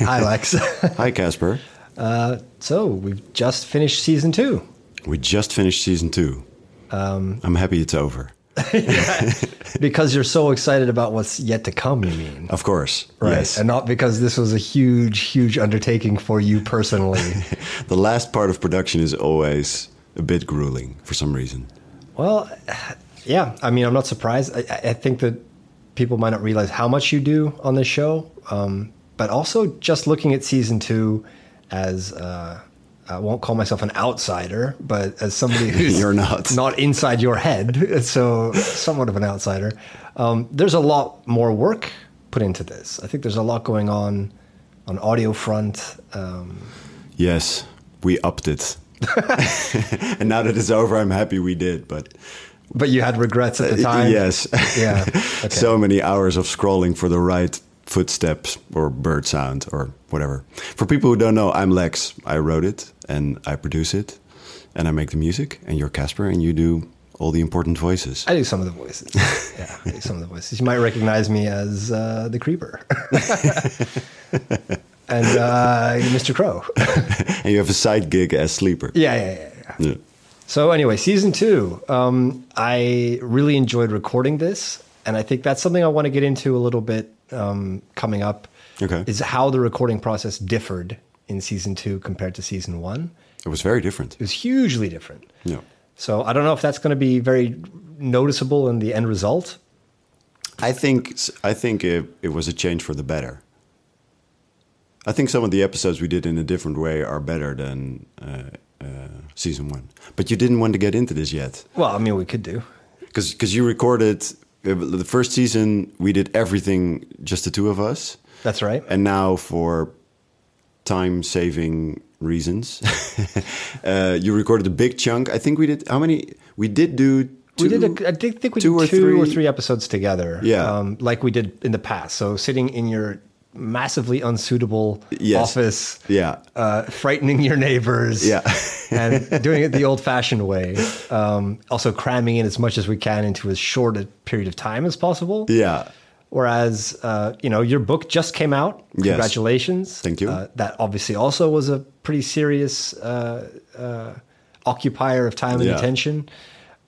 Hi, Lex. Hi, Casper. Uh, so we've just finished season two. We just finished season two. Um, I'm happy it's over. Because you're so excited about what's yet to come, you mean? Of course. Right. Yes. And not because this was a huge, huge undertaking for you personally. the last part of production is always a bit grueling for some reason. well, yeah. I mean, I'm not surprised. I, I- I think that people might not realize how much you do on this show. Um, but also, just looking at season two as uh, I won't call myself an outsider, but as somebody who's You're not. not inside your head, so somewhat of an outsider. Um, there's a lot more work put into this. I think there's a lot going on on audio front. Um, Yes, we upped it. and now that it's over, I'm happy we did. But but you had regrets at the time. yes, Yeah. Okay. Uh, so many hours of scrolling for the right footsteps or bird sound or whatever. For people who don't know, I'm Lex. I wrote it and I produce it and I make the music. And you're Casper and you do all the important voices. I do some of the voices. Yeah, I do some of the voices. You might recognize me as uh, the Creeper and uh, Mr. Crow. and you have a side gig as sleeper. yeah, yeah, yeah, yeah. Yeah. So anyway, season two. Um, I really enjoyed recording this, and I think that's something I want to get into a little bit um, coming up. Okay. is how the recording process differed in season two compared to season one. It was very different. It was hugely different. Yeah. So I don't know if that's going to be very noticeable in the end result. I think I think it, it was a change for the better. I think some of the episodes we did in a different way are better than uh, uh, season one. But you didn't want to get into this yet Well, I mean, we could do. because you recorded uh, the first season. We did everything just the two of us, That's right. and now for time saving reasons, uh, you recorded a big chunk. I think we did how many? We did do. Two, we did. A, I think, think we two did or two or three- three episodes together. um, Yeah. like we did in the past. So sitting in your massively unsuitable Yes. office, Yeah. uh, frightening your neighbors, Yeah. and doing it the old-fashioned way. Um, also cramming in as much as we can into as short a period of time as possible. Yeah. Whereas, uh, you know, your book just came out. Yes. Congratulations. Thank you. Uh, that obviously also was a pretty serious uh, uh, occupier of time and Yeah. attention.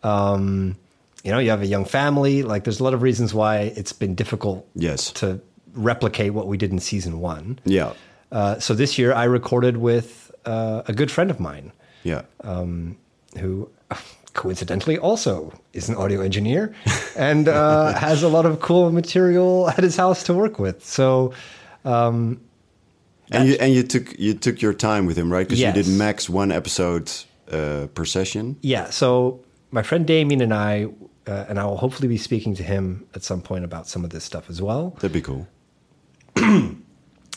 Um, you know, you have a young family. Like, there's a lot of reasons why it's been difficult Yes. to replicate what we did in season one. Yeah. Uh, so this year I recorded with uh, a good friend of mine Yeah. Uh, who coincidentally also is an audio engineer and uh, has a lot of cool material at his house to work with. So and you and you took you took your time with him, right? Because Yes. you did max one episode uh, per session. yeah, so my friend Damien and I, uh, and I will hopefully be speaking to him at some point about some of this stuff as well. That'd be cool.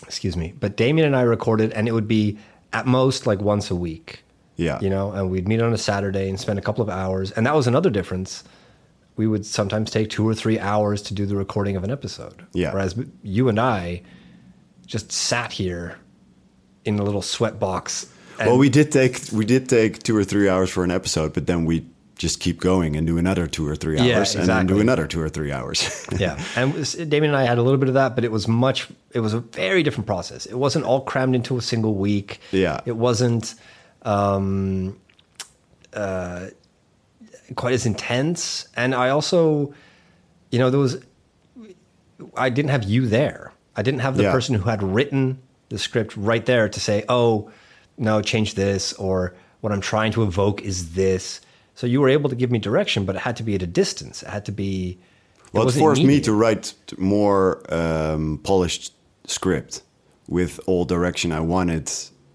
Excuse me, but Damien and I recorded, and it would be at most like once a week. Yeah. you know, and we'd meet on a Saturday and spend a couple of hours, and that was another difference. We would sometimes take two or three hours to do the recording of an episode. Yeah. Whereas you and I just sat here in a little sweat box. and- Well, we did take we did take two or three hours for an episode, but then we just keep going and do another two or three hours, Yeah, and then do exactly. another two or three hours. yeah. And it was- Damien and I had a little bit of that, but it was much, it was a very different process. It wasn't all crammed into a single week. Yeah. It wasn't um, uh, quite as intense. And I also, you know, there was, I didn't have you there. I didn't have the Yeah. person who had written the script right there to say, oh, no, change this, or what I'm trying to evoke is this. So you were able to give me direction, but it had to be at a distance. It had to be. it well, it wasn't forced me immediate. to write t- more um, polished script with all direction I wanted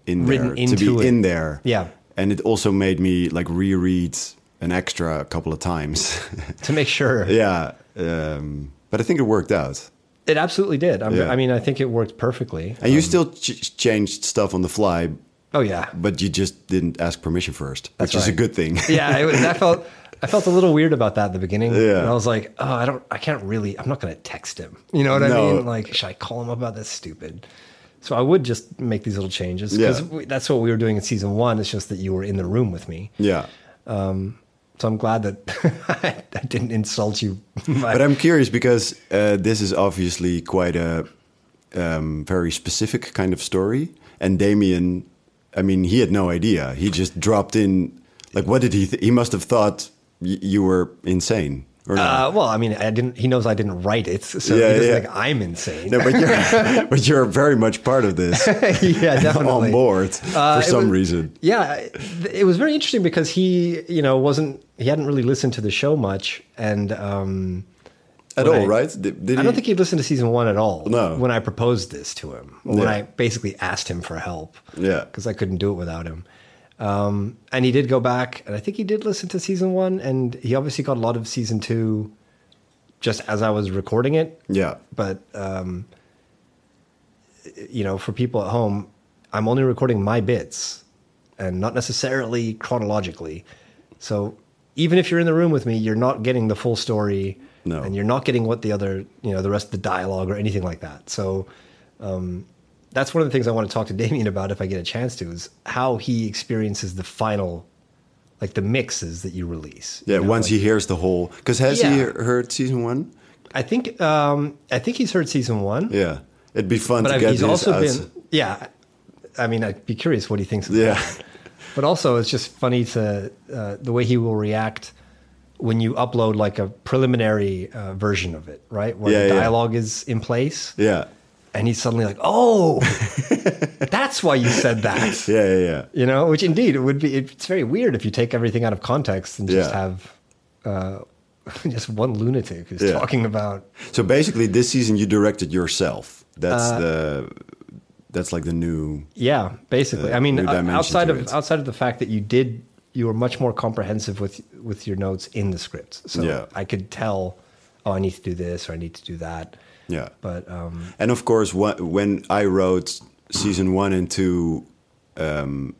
in there Written to be into it. in there. Yeah. and it also made me like reread an extra a couple of times. to make sure. Yeah, um, but I think it worked out. It absolutely did. I'm, Yeah. I mean, I think it worked perfectly. And you still ch- changed stuff on the fly, Oh yeah, but you just didn't ask permission first, That's which is a right. good thing. yeah. It was, I felt I felt a little weird about that at the beginning. Yeah. and I was like, oh, I don't, I can't really. I'm not going to text him. You know what No. I mean? Like, should I call him about this? Stupid. So I would just make these little changes because Yeah. that's what we were doing in season one. It's just that you were in the room with me. yeah. So I'm glad that I didn't insult you. But I'm curious because uh, this is obviously quite a um, very specific kind of story. And Damien, I mean, he had no idea. He just dropped in. Like, what did he? Th- he must have thought y- you were insane. Or not. Uh, well, I mean, I didn't. He knows I didn't write it, so Yeah, he doesn't yeah. think I'm insane. no, but you're, but you're very much part of this yeah, definitely on board Uh, for it some was- reason. Yeah, it- it was very interesting because he, you know, wasn't he hadn't really listened to the show much, and um, At when all, I- right? Did, did I don't he- think he'd listened to season one at all. No. when I proposed this to him, or when Yeah. I basically asked him for help. Yeah. because I couldn't do it without him. Um, and he did go back, and I think he did listen to season one, and he obviously got a lot of season two, just as I was recording it Yeah. but um, you know, for people at home, I'm only recording my bits and not necessarily chronologically. So even if you're in the room with me, you're not getting the full story, No. and you're not getting what the other, you know, the rest of the dialogue or anything like that. So um, that's one of the things I want to talk to Damien about if I get a chance to is how he experiences the final, like the mixes that you release. Yeah, you know, once he like- hears the whole. Because has he Yeah. heard season one? I think um, I think he's heard season one. Yeah. It'd be fun but to I've, get he's this also out. been yeah i mean i'd be curious what he thinks of Yeah. that. but also it's just funny to uh, the way he will react when you upload like a preliminary uh, version of it right where Yeah, the yeah. dialogue is in place Yeah. and he's suddenly like oh that's why you said that Yeah, yeah, yeah. you know which indeed it would be it's very weird if you take everything out of context and just Yeah. have uh, just one lunatic who's Yeah. talking about So basically, this season you directed yourself. That's Uh, the that's like the new. Yeah, basically. Uh, I mean, new o- dimension outside to of it. outside of the fact that you did, you were much more comprehensive with with your notes in the script. So Yeah. I could tell, oh, I need to do this or I need to do that. Yeah, But um, and of course, wha- when I wrote season one and two um,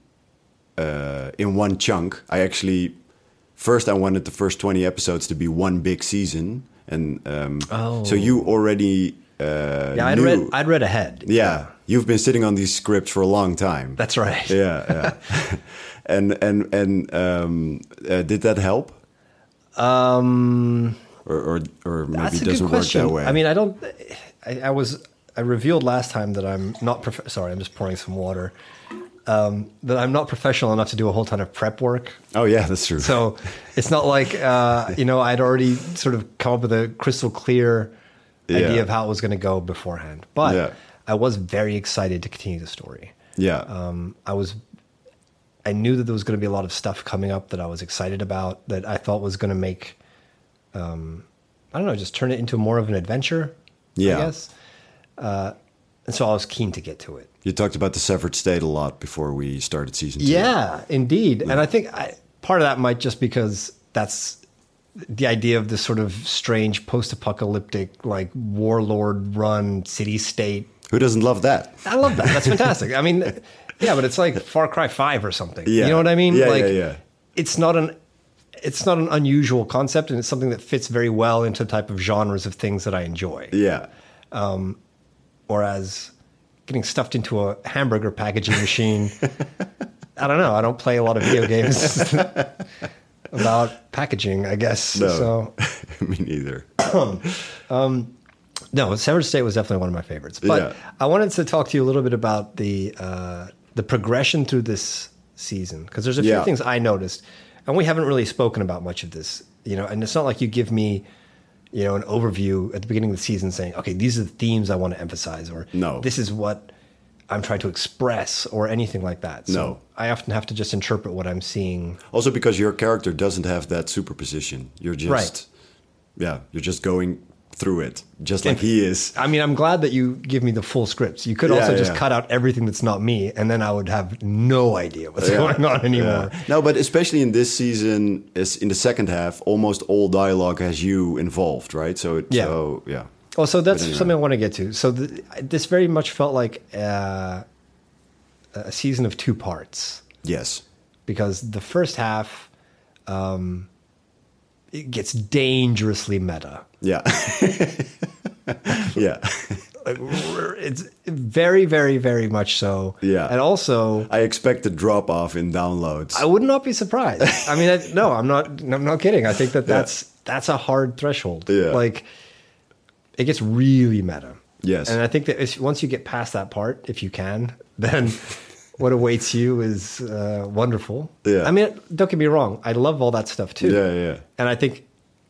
uh, in one chunk, I actually first I wanted the first twenty episodes to be one big season, and um, so Oh. you already uh, yeah, I'd knew- read I'd read ahead. yeah, you've been sitting on these scripts for a long time. that's right. yeah, yeah. and and and um, uh, did that help? Um, or or, or maybe that's it a good doesn't work question. that way. I mean, I don't. I, I was I revealed last time that I'm not. Prof- sorry, I'm just pouring some water. Um, that I'm not professional enough to do a whole ton of prep work. oh yeah, that's true. So it's not like uh, you know I'd already sort of come up with a crystal clear Yeah. idea of how it was going to go beforehand. But Yeah. I was very excited to continue the story. yeah, Um, I was, I knew that there was going to be a lot of stuff coming up that I was excited about that I thought was going to make, um, I don't know, just turn it into more of an adventure. Yeah. I guess. Uh, and so I was keen to get to it. you talked about the severed state a lot before we started season two. Yeah, indeed. And I think I, part of that might just because that's the idea of this sort of strange post-apocalyptic, like warlord-run city-state. who doesn't love that? I love that. That's fantastic. I mean, yeah, but it's like Far Cry Five or something. Yeah. You know what I mean? Yeah, like, yeah, yeah. It's not an it's not an unusual concept, and it's something that fits very well into the type of genres of things that I enjoy. Yeah, Whereas getting stuffed into a hamburger packaging machine, I don't know. I don't play a lot of video games about packaging, I guess. no, So, me neither. no, Severed State was definitely one of my favorites. But Yeah. I wanted to talk to you a little bit about the uh, the progression through this season because there's a few Yeah. things I noticed, and we haven't really spoken about much of this, you know. And it's not like you give me. You know, an overview at the beginning of the season saying, okay, these are the themes I want to emphasize, or No. this is what I'm trying to express, or anything like that. So No. I often have to just interpret what I'm seeing. Also because your character doesn't have that superposition. You're just Right. yeah, you're just going through it, just like he is. I mean, I'm glad that you give me the full scripts. You could Yeah, also just yeah. cut out everything that's not me, and then I would have no idea what's Yeah. going on anymore. Yeah. No, but especially in this season, is in the second half, almost all dialogue has you involved, right? So it, Yeah. so yeah, Well, Oh, so But that's anyway. something I want to get to. So th- this very much felt like uh, a season of two parts Yes. because the first half um, it gets dangerously meta. Yeah. yeah. Like, r- it's very, very, very much so. Yeah. and also. I expect the drop off in downloads. I would not be surprised. I mean, I, no, I'm not. I'm not kidding. I think that that's that's a hard threshold. Yeah. Like, it gets really meta. Yes. And I think that if, once you get past that part, if you can, then what awaits you is uh, wonderful. Yeah. I mean, don't get me wrong. I love all that stuff too. Yeah, yeah. And I think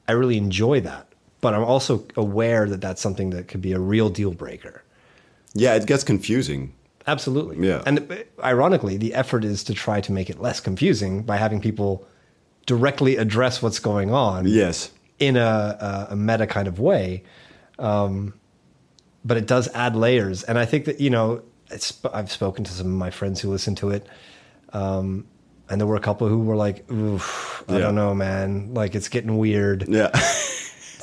I really enjoy that. But I'm also aware that that's something that could be a real deal breaker. yeah, it gets confusing. Absolutely. Yeah. And uh, ironically, the effort is to try to make it less confusing by having people directly address what's going on Yes. in a, a, a meta kind of way. Um, but it does add layers. And I think that, you know, it's, I've spoken to some of my friends who listen to it. Um, and there were a couple who were like, Oof, I Yeah. don't know, man. Like, it's getting weird. Yeah.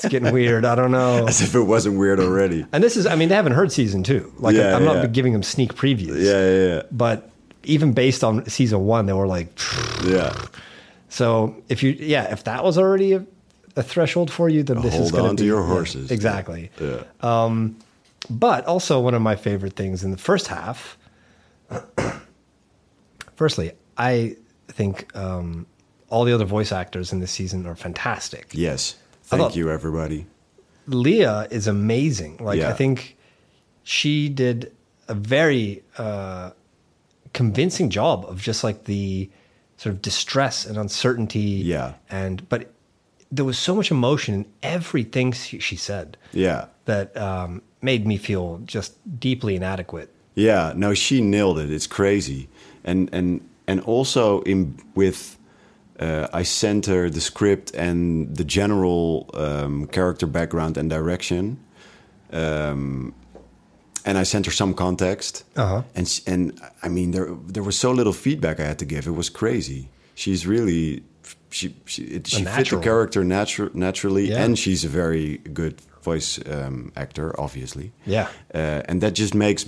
It's getting weird. I don't know. As if it wasn't weird already. And this is, I mean, they haven't heard season two. Like, Yeah, I'm yeah. not giving them sneak previews Yeah, yeah, but even based on season one, they were like, yeah. Yeah. so if you, yeah, if that was already a, a threshold for you, then this is Hold going on to be, your yeah, horses. exactly. Yeah. But also one of my favorite things in the first half. firstly, I think um, all the other voice actors in this season are fantastic. Yes. I Thank thought- you, everybody. Leah is amazing. Like Yeah. I think she did a very uh, convincing job of just like the sort of distress and uncertainty. Yeah. and but there was so much emotion in everything she, she said Yeah. that um, made me feel just deeply inadequate. Yeah, no, she nailed it. It's crazy, and and and also in with, uh, I sent her the script and the general um, character background and direction, um, and I sent her some context. Uh-huh. And s- and I mean there there was so little feedback I had to give. It was crazy. She's really she she it, she fit the natural. character natu- naturally, Yeah. and she's a very good voice um, actor, obviously Yeah. uh, and that just makes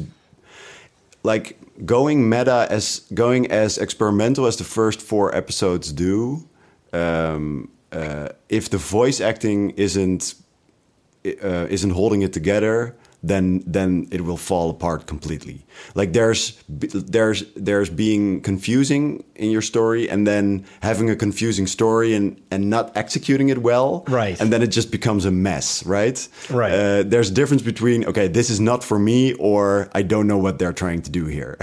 like going meta as going as experimental as the first four episodes do. Um, uh, if the voice acting isn't uh, isn't holding it together, then then it will fall apart completely. Like there's b- there's there's being confusing in your story, and then having a confusing story and and not executing it well, Right. And then it just becomes a mess, right? Right. Uh, there's a difference between okay, this is not for me, or I don't know what they're trying to do here.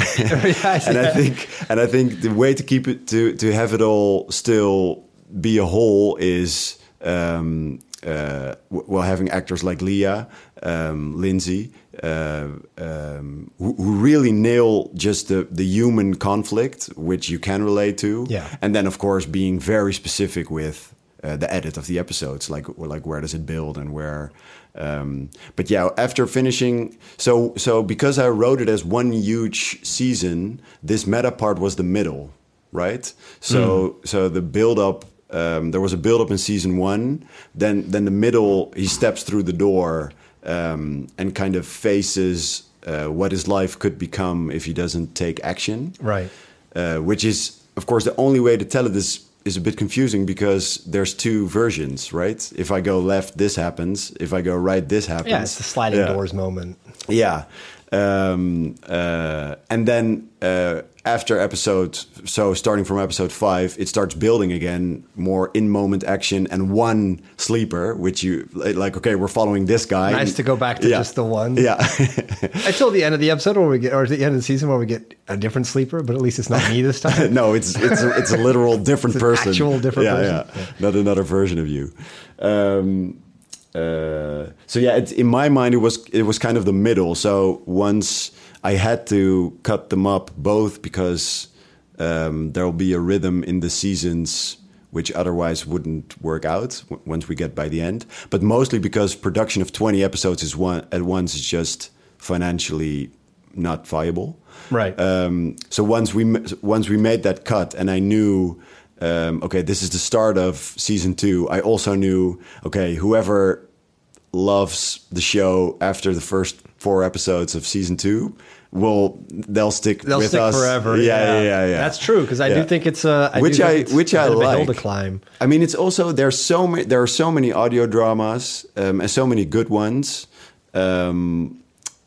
and I think and I think the way to keep it to to have it all still be a whole is um, uh, w- well having actors like Leah, um, Lindsay, uh, um, who, who really nail just the the human conflict which you can relate to, Yeah. and then of course being very specific with. Uh, the edit of the episodes, like like where does it build and where, um, but yeah, after finishing, so so because I wrote it as one huge season, this meta part was the middle, right? So so the build up, um, there was a build up in season one. Then then the middle, he steps through the door um, and kind of faces uh, what his life could become if he doesn't take action Right. uh, which is of course the only way to tell it is is a bit confusing because there's two versions, right? If I go left, this happens. If I go right, this happens. Yeah, it's the sliding Yeah. doors moment. Yeah. Um, uh, and then uh, after episode, so starting from episode five, it starts building again, more in moment action and one sleeper, which you like, okay, we're following this guy. Nice to go back to Yeah. just the one. Yeah. Until the end of the episode where we get, or the end of the season where we get a different sleeper, but at least it's not me this time. no, it's it's a, it's a literal different It's an person. actual different yeah, person. Yeah, not another version of you. Um, uh, so yeah, it, in my mind, it was it was kind of the middle. So once I had to cut them up both because um, there will be a rhythm in the seasons which otherwise wouldn't work out w- once we get by the end. But mostly because production of twenty episodes is one at once is just financially not viable Right. um, so once we ma- once we made that cut, and I knew, um, okay, this is the start of season two. I also knew, okay, whoever loves the show after the first four episodes of season two will they'll stick They'll with stick us forever. Yeah, yeah, yeah. yeah. That's true because I Yeah. do think it's a which I which I like. to climb. I mean, it's also there's so many there are so many audio dramas um, and so many good ones. Um,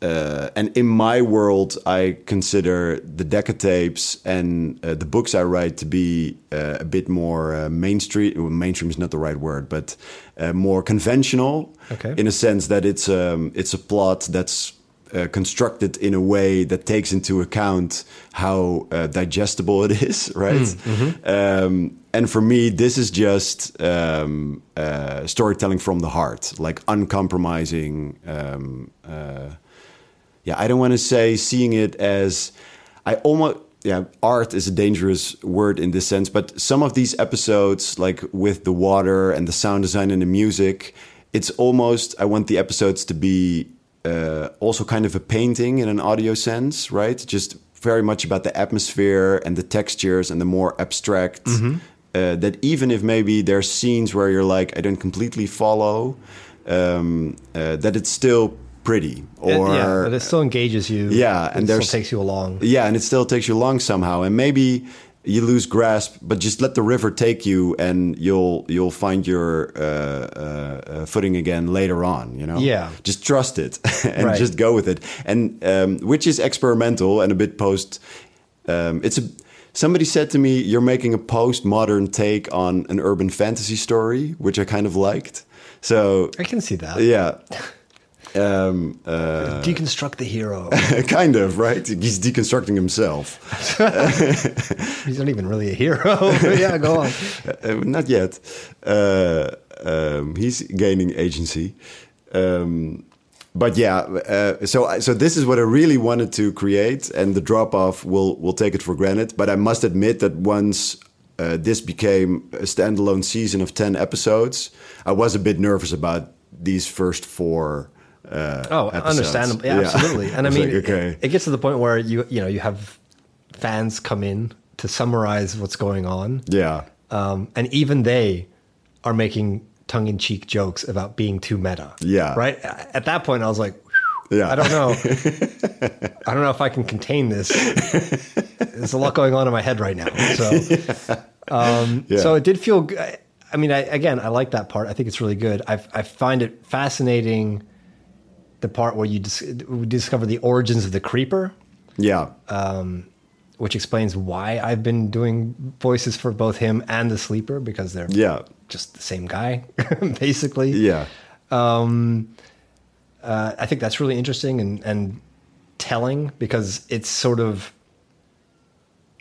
uh, and in my world, I consider the decatapes and uh, the books I write to be uh, a bit more uh, mainstream. well, Mainstream is not the right word, but uh, more conventional. Okay. In a sense that it's um, it's a plot that's uh, constructed in a way that takes into account how uh, digestible it is, right? Um, and for me, this is just um, uh, storytelling from the heart, like uncompromising. Um, uh, yeah, I don't want to say seeing it as I almost yeah, art is a dangerous word in this sense, but some of these episodes like with the water and the sound design and the music, it's almost I want the episodes to be uh, also kind of a painting in an audio sense, right? Just very much about the atmosphere and the textures and the more abstract Mm-hmm. uh, that even if maybe there's scenes where you're like I don't completely follow um, uh, that it's still pretty or yeah, but it still engages you. Yeah, it and still there's- takes you along. yeah, and it still takes you along somehow, and maybe you lose grasp, but just let the river take you, and you'll you'll find your uh, uh, uh, footing again later on. You know, Yeah. just trust it and Right. just go with it, and um, which is experimental and a bit post. Um, it's a somebody said to me, "You're making a postmodern take on an urban fantasy story," which I kind of liked. So I can see that. yeah. Um, uh, Deconstruct the hero. kind of right. He's deconstructing himself. He's not even really a hero. yeah, go on. Uh, not yet. Uh, um, he's gaining agency. Um, but yeah, uh, so I- so this is what I really wanted to create, and the drop off will will take it for granted. But I must admit that once uh, this became a standalone season of ten episodes, I was a bit nervous about these first four. Uh, Oh, episodes. understandable. Yeah, absolutely. And I was mean, like, okay, it, it gets to the point where you you know you have fans come in to summarize what's going on, yeah, um, and even they are making tongue in cheek jokes about being too meta. Yeah. Right at that point, I was like. yeah. I don't know. I don't know if I can contain this. There's a lot going on in my head right now. So, um, Yeah. so it did feel. g- I I mean, I, again, I like that part. I think it's really good. I, I find it fascinating the part where you dis- we discover the origins of the creeper, Yeah, which explains why I've been doing voices for both him and the sleeper because they're yeah, just the same guy, basically. yeah. I think that's really interesting and, and telling because it's sort of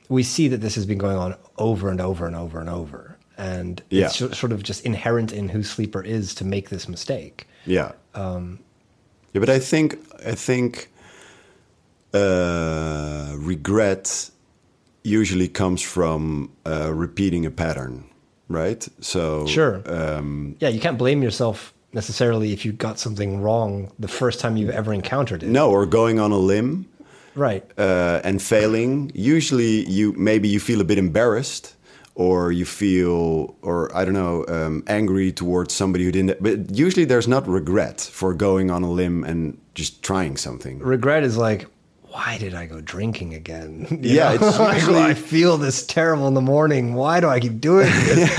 we see that this has been going on over and over and over and over, and Yeah. it's so- sort of just inherent in who Sleeper is to make this mistake. Yeah. yeah, but I think I think uh, regret usually comes from uh, repeating a pattern, right? So Sure. um, yeah, you can't blame yourself necessarily if you got something wrong the first time you've ever encountered it. no, or going on a limb Right. uh, and failing. Usually, you maybe you feel a bit embarrassed. Or you feel, or I don't know, um, angry towards somebody who didn't. But usually, there's not regret for going on a limb and just trying something. Regret is like, why did I go drinking again? You Yeah, know? it's Like, usually- I feel this terrible in the morning. Why do I keep doing this?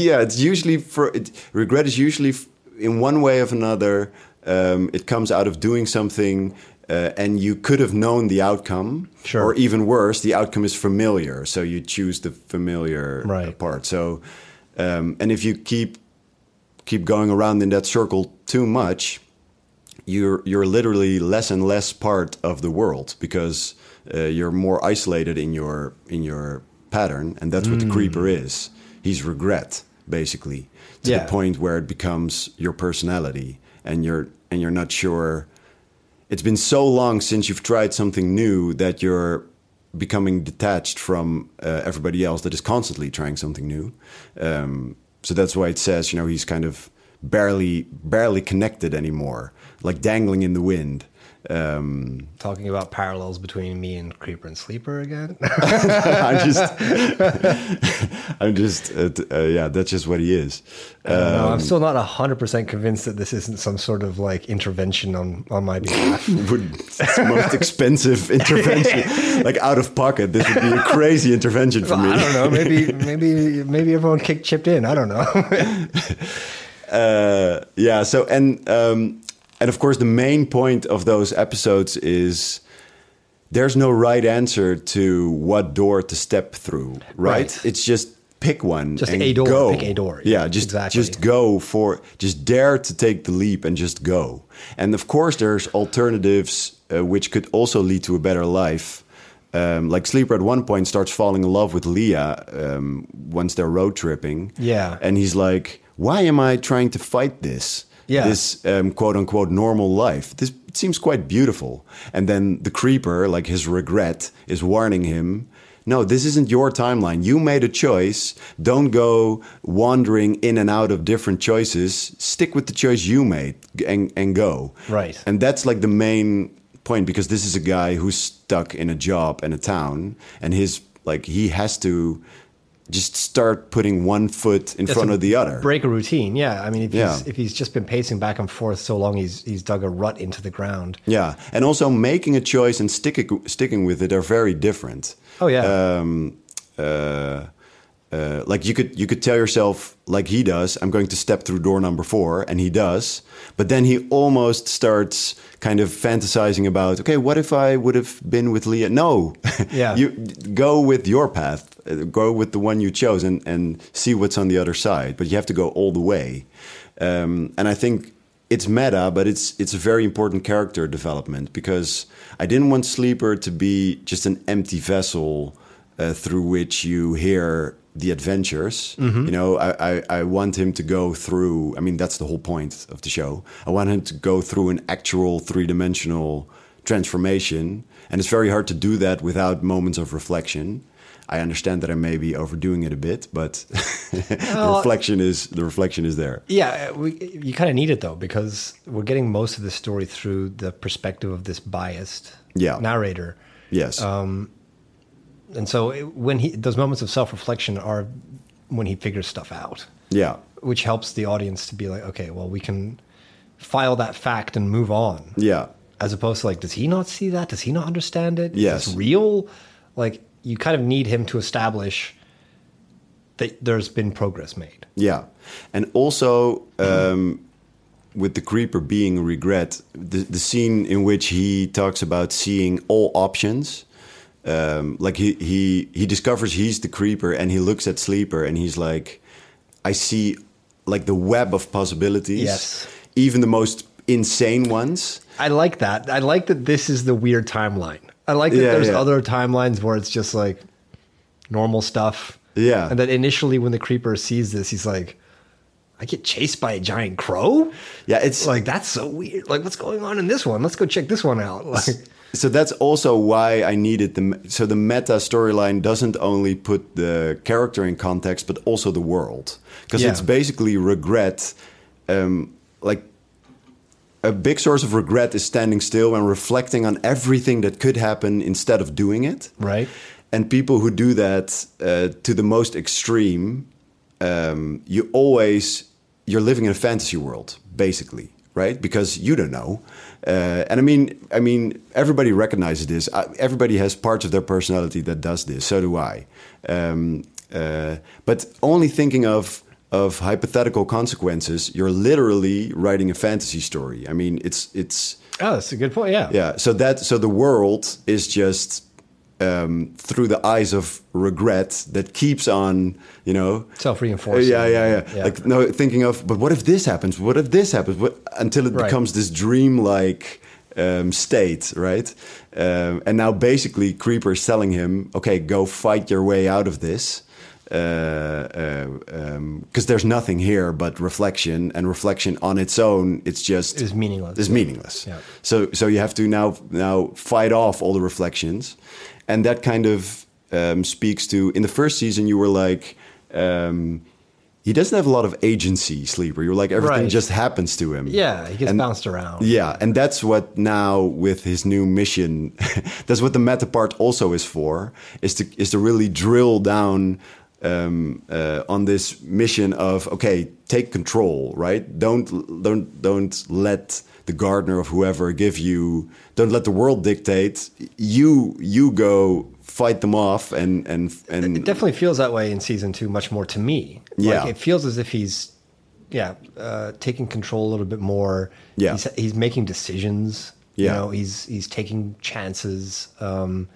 yeah, it's usually for it, regret is usually f- in one way or another. Um, it comes out of doing something, uh, and you could have known the outcome, Sure. or even worse, the outcome is familiar. So you choose the familiar uh, Right. part. So, um, and if you keep keep going around in that circle too much, you're you're literally less and less part of the world because uh, you're more isolated in your in your pattern, and that's what the creeper is. He's regret basically to Yeah. the point where it becomes your personality, and you're and you're not sure. It's been so long since you've tried something new that you're becoming detached from uh, everybody else that is constantly trying something new. Um, so that's why it says, you know, he's kind of barely barely connected anymore, like dangling in the wind. Um, Talking about parallels between me and Creeper and Sleeper again. I'm just, I'm just, uh, t- uh, yeah, that's just what he is. I Um, don't know, I'm still not 100% convinced that this isn't some sort of like intervention on, on my behalf. would it's the most expensive intervention, like out of pocket. This would be a crazy intervention for me. I don't know. Maybe, maybe, maybe everyone kicked chipped in. I don't know. uh, yeah. So and um, and of course the main point of those episodes is there's no right answer to what door to step through. Right. Right. It's just pick one. Just and a door, Go. pick a door. Yeah. Just Exactly. just go for just dare to take the leap and just go. And of course there's alternatives uh, which could also lead to a better life. Um, like sleeper at one point starts falling in love with Leah um, once they're road tripping. Yeah. And he's like, why am I trying to fight this? Yeah. This um, quote unquote normal life. This seems quite beautiful. And then the creeper, like his regret, is warning him no, this isn't your timeline. You made a choice. Don't go wandering in and out of different choices. Stick with the choice you made and, and go. Right. And that's like the main point because this is a guy who's stuck in a job and a town and his like he has to just start putting one foot in front a of the other. Break a routine. Yeah. I mean, if, he's, Yeah. if he's just been pacing back and forth so long, he's, he's dug a rut into the ground. Yeah, and also making a choice and sticking sticking with it are very different. Oh yeah. Um, uh, uh, like you could you could tell yourself like he does, I'm going to step through door number four, and he does. But then he almost starts kind of fantasizing about, okay, what if I would have been with Leah? No, Yeah. you go with your path, uh, go with the one you chose, and and see what's on the other side. But you have to go all the way. Um, and I think it's meta, but it's it's a very important character development because I didn't want Sleeper to be just an empty vessel uh, through which you hear the adventures. You know, I, I I want him to go through. I mean, that's the whole point of the show. I want him to go through an actual three dimensional transformation, and it's very hard to do that without moments of reflection. I understand that I may be overdoing it a bit, but the reflection is the reflection is there. Yeah, we, you kind of need it though because we're getting most of the story through the perspective of this biased Yeah. narrator, Yes. and so it, when he those moments of self reflection are when he figures stuff out, yeah. which helps the audience to be like, okay, well, we can file that fact and move on, Yeah. as opposed to like, does he not see that? Does he not understand it? Is Yes. this real. Like you kind of need him to establish that there's been progress made. Yeah. And also um, with the creeper being regret, the, the scene in which he talks about seeing all options. Um, like he, he he discovers he's the creeper and he looks at sleeper and he's like I see like the web of possibilities. Yes. Even the most insane ones. I like that. I like that this is the weird timeline. I like that Yeah, there's yeah. other timelines where it's just like normal stuff. Yeah. And that initially when the creeper sees this, he's like, I get chased by a giant crow? Yeah, it's It's like that's so weird. Like what's going on in this one? Let's go check this one out. Like so that's also why I needed the so the meta storyline doesn't only put the character in context but also the world because Yeah. it's basically regret um, like a big source of regret is standing still and reflecting on everything that could happen instead of doing it Right. and people who do that uh, to the most extreme um, you always you're living in a fantasy world basically right because you don't know uh, and i mean i mean everybody recognizes this I, everybody has parts of their personality that does this so do i um, uh, but only thinking of of hypothetical consequences you're literally writing a fantasy story i mean it's it's Oh, that's a good point. Yeah. yeah so that so the world is just um, through the eyes of regret that keeps on you know Self uh, reinforcing. yeah, yeah, yeah, Like no thinking of, but what if this happens? What if this happens? What, until it Right. becomes this dream-like um, state, right? Um, and now basically, Creeper is telling him, "Okay, go fight your way out of this." Because uh, um 'cause there's nothing here but reflection, and reflection on its own, it's just Is meaningless. Is meaningless. Yeah. So, so you have to now now fight off all the reflections, and that kind of um, speaks to. In the first season, you were like, um, he doesn't have a lot of agency, Sleeper. You're like everything Right. just happens to him. Yeah, he gets And- bounced around. Yeah, and that's what now with his new mission, that's what the meta part also is for, is to is to really drill down um, uh, on this mission of okay, take control, right? Don't don't don't let the gardener of whoever give you, don't let the world dictate. You you go fight them off and and and It definitely feels that way in season two, much more to me. Yeah. like, it feels as if he's, yeah, uh, taking control a little bit more. Yeah. he's, he's making decisions. Yeah. you know, he's he's taking chances. Um,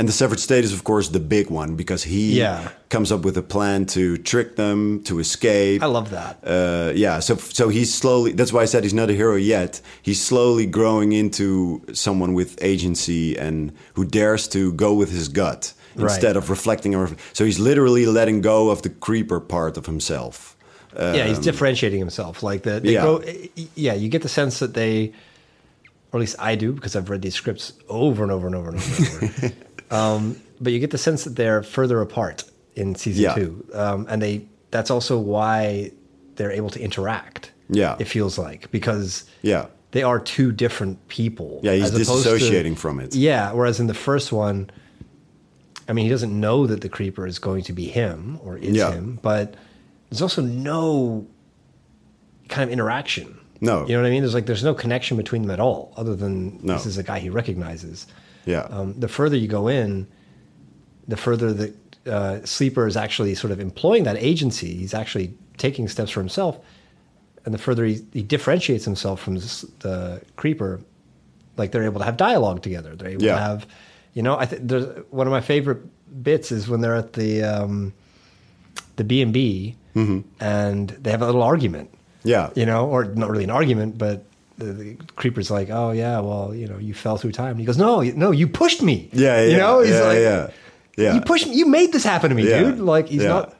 And the severed state is, of course, the big one because he Yeah. comes up with a plan to trick them to escape. I love that. Uh, yeah, so so he's slowly. That's why I said he's not a hero yet. He's slowly growing into someone with agency and who dares to go with his gut Right. instead of reflecting. Or, so he's literally letting go of the creeper part of himself. yeah, he's differentiating himself. Like that. They Um, Yeah. go, yeah, you get the sense that they, or at least I do, because I've read these scripts over and over and over and over. and over. um, but you get the sense that they're further apart in season Yeah. two, um, and they. That's also why they're able to interact. Yeah. it feels like because Yeah, they are two different people. yeah, he's as opposed to- disassociating from it. yeah, whereas in the first one, I mean, he doesn't know that the creeper is going to be him or is Yeah. him, but there's also no kind of interaction. No. you know what I mean. There's like there's no connection between them at all, other than No. this is a guy he recognizes. Yeah, Um, the further you go in, the further the uh, sleeper is actually sort of employing that agency. He's actually taking steps for himself, and the further he, he differentiates himself from this, the creeper, like they're able to have dialogue together. They're able Yeah. to have, you know, I think there's one of my favorite bits is when they're at the um, the B and B, Mm-hmm. and they have a little argument yeah, you know, or not really an argument, but the, the creeper's like, "Oh yeah, well, you know, you fell through time." And he goes, "No, you- no, you pushed me." yeah, yeah, you know, he's yeah, like, yeah, yeah. "You pushed me. You made this happen to me, Yeah, dude." Like he's yeah. not.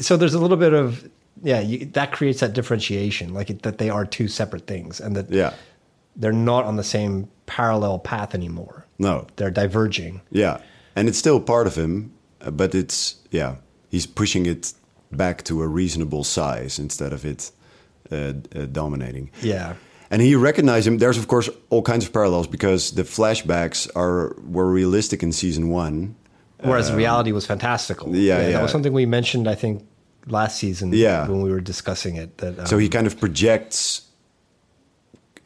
So there's a little bit of yeah you, that creates that differentiation, like it, that they are two separate things, and that yeah, they're not on the same parallel path anymore. no, They're diverging. Yeah, and it's still part of him, uh, but it's yeah, he's pushing it back to a reasonable size instead of it uh, uh, dominating. Yeah, And he recognized him. There's of course all kinds of parallels because the flashbacks are were realistic in season one. whereas reality was fantastical. Um, yeah, yeah. That was something we mentioned, I think, last season. Yeah. when we were discussing it. That um, So he kind of projects.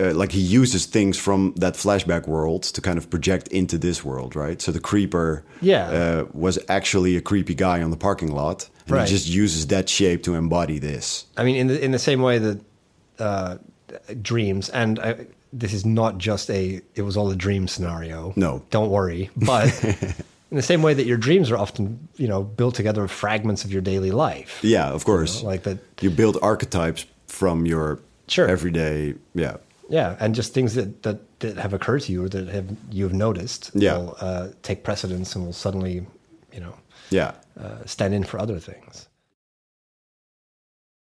Uh, like he uses things from that flashback world to kind of project into this world, right? So the creeper, Yeah. uh, was actually a creepy guy on the parking lot, and Right. he just uses that shape to embody this. I mean, in the in the same way that uh, dreams, and I, this is not just a it was all a dream scenario. No. don't worry. But in the same way that your dreams are often you know built together of fragments of your daily life, Yeah, of course. like that. you build archetypes from your Sure. everyday. Yeah, Yeah, and just things that that that have occurred to you or that have you have noticed. Yeah. will uh, take precedence and will suddenly you know yeah. uh, stand in for other things.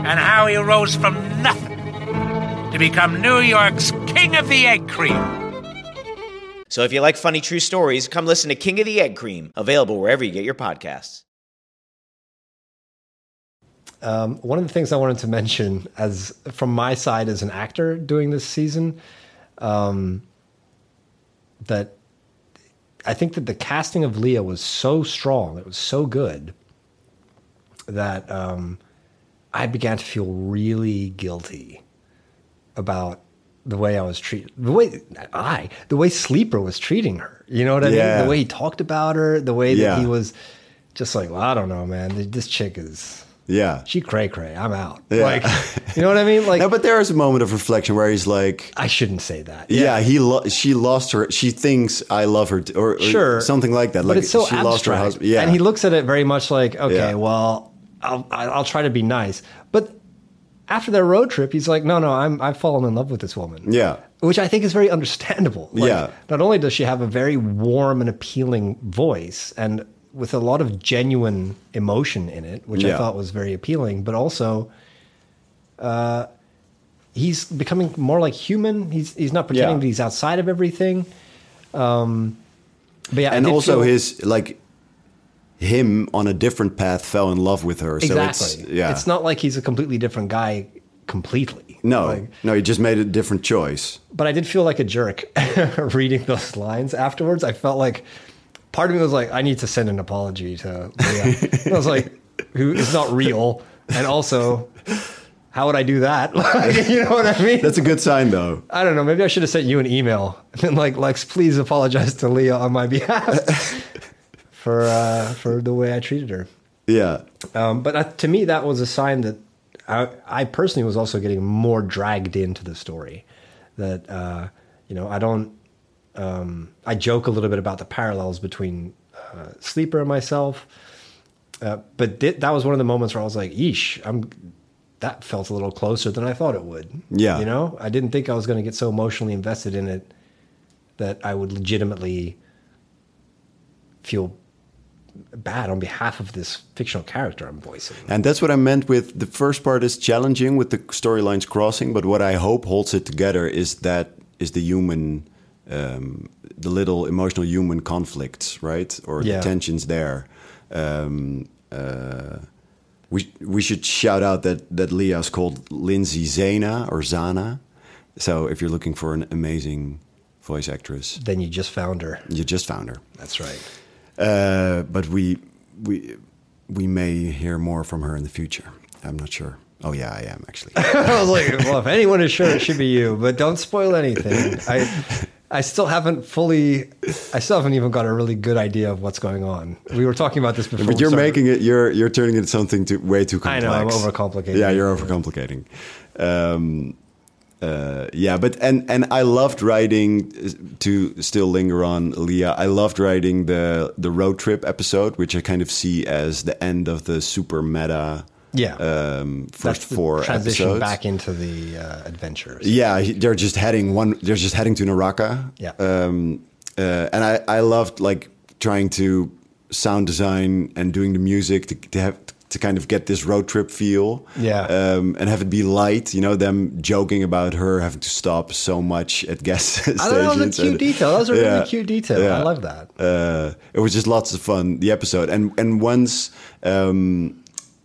and how he rose from nothing to become New York's king of the egg cream. So if you like funny true stories, come listen to King of the Egg Cream, available wherever you get your podcasts. Um, one of the things I wanted to mention, as from my side as an actor doing this season, um, that I think that the casting of Leah was so strong, it was so good, that um, I began to feel really guilty about the way I was treated, the way I, the way Sleeper was treating her. You know what I Yeah. mean? The way he talked about her, the way that Yeah. he was just like, well, I don't know, man. This chick is Yeah. She cray cray. I'm out. Yeah. Like, you know what I mean? Like, no, but there is a moment of reflection where he's like, I shouldn't say that. Yeah, he lo- she lost her. She thinks I love her, t- or, or Sure. something like that. But like it's so she abstract. lost her husband. Yeah, And he looks at it very much like, okay, Yeah. well, I'll, I'll I'll try to be nice. But after their road trip, he's like, no, no, I'm, I've fallen in love with this woman. yeah, Which I think is very understandable. Like, Yeah. Not only does she have a very warm and appealing voice and with a lot of genuine emotion in it, which I Yeah. thought was very appealing, but also uh, he's becoming more like human. He's, he's not pretending Yeah. that he's outside of everything. Um, but yeah, I and did also feel- his like him on a different path fell in love with her. Exactly. So it's, it's yeah, not like he's a completely different guy completely. no, Like, no. He just made a different choice. but I did feel like a jerk reading those lines afterwards. I felt like part of me was like, I need to send an apology to Leah. And I was like, who is not real. And also, how would I do that? Like, you know what I mean? That's a good sign though. I don't know. Maybe I should have sent you an email and been like, Lex, please apologize to Leah on my behalf for uh, for the way I treated her. Yeah, Um, but uh, to me, that was a sign that I, I personally was also getting more dragged into the story. That uh, you know, I don't. Um, I joke a little bit about the parallels between uh, Sleeper and myself, uh, but thi- that was one of the moments where I was like, "Yeesh, I'm." That felt a little closer than I thought it would. Yeah. you know, I didn't think I was going to get so emotionally invested in it that I would legitimately feel bad on behalf of this fictional character I'm voicing. and that's what I meant with the first part is challenging with the storylines crossing. But what I hope holds it together is that is the human. Um, the little emotional human conflicts, right, or Yeah. the tensions there. Um, uh, We we should shout out that that Leah is called Lindsay Zana or Zana. So if you're looking for an amazing voice actress, Then you just found her. you just found her. That's right. Uh, but we we we may hear more from her in the future. I'm not sure. Oh yeah, I am actually. I was like, well, if anyone is sure, it should be you. But don't spoil anything. I, I still haven't fully. I still haven't even got a really good idea of what's going on. We were talking about this before. but we you're started. making it. You're you're turning it something too, way too I complex. know, I'm overcomplicating Yeah, it. you're overcomplicating. Um, uh, yeah, but and and I loved writing uh, to still linger on Leah. I loved writing the the road trip episode, which I kind of see as the end of the super meta yeah um, first That's the four transition episodes. back into the uh, adventures. Yeah, he- they're just heading one. They're just heading to Naraka. Yeah. Um, uh, and I, I loved like trying to sound design and doing the music to, to have to kind of get this road trip feel. Yeah. Um, and have it be light. You know, them joking about her having to stop so much at gas stations. I don't know. That was a cute and- detail. That was a really Yeah. cute detail. Yeah I love that. uh, it was just lots of fun the episode and and once um,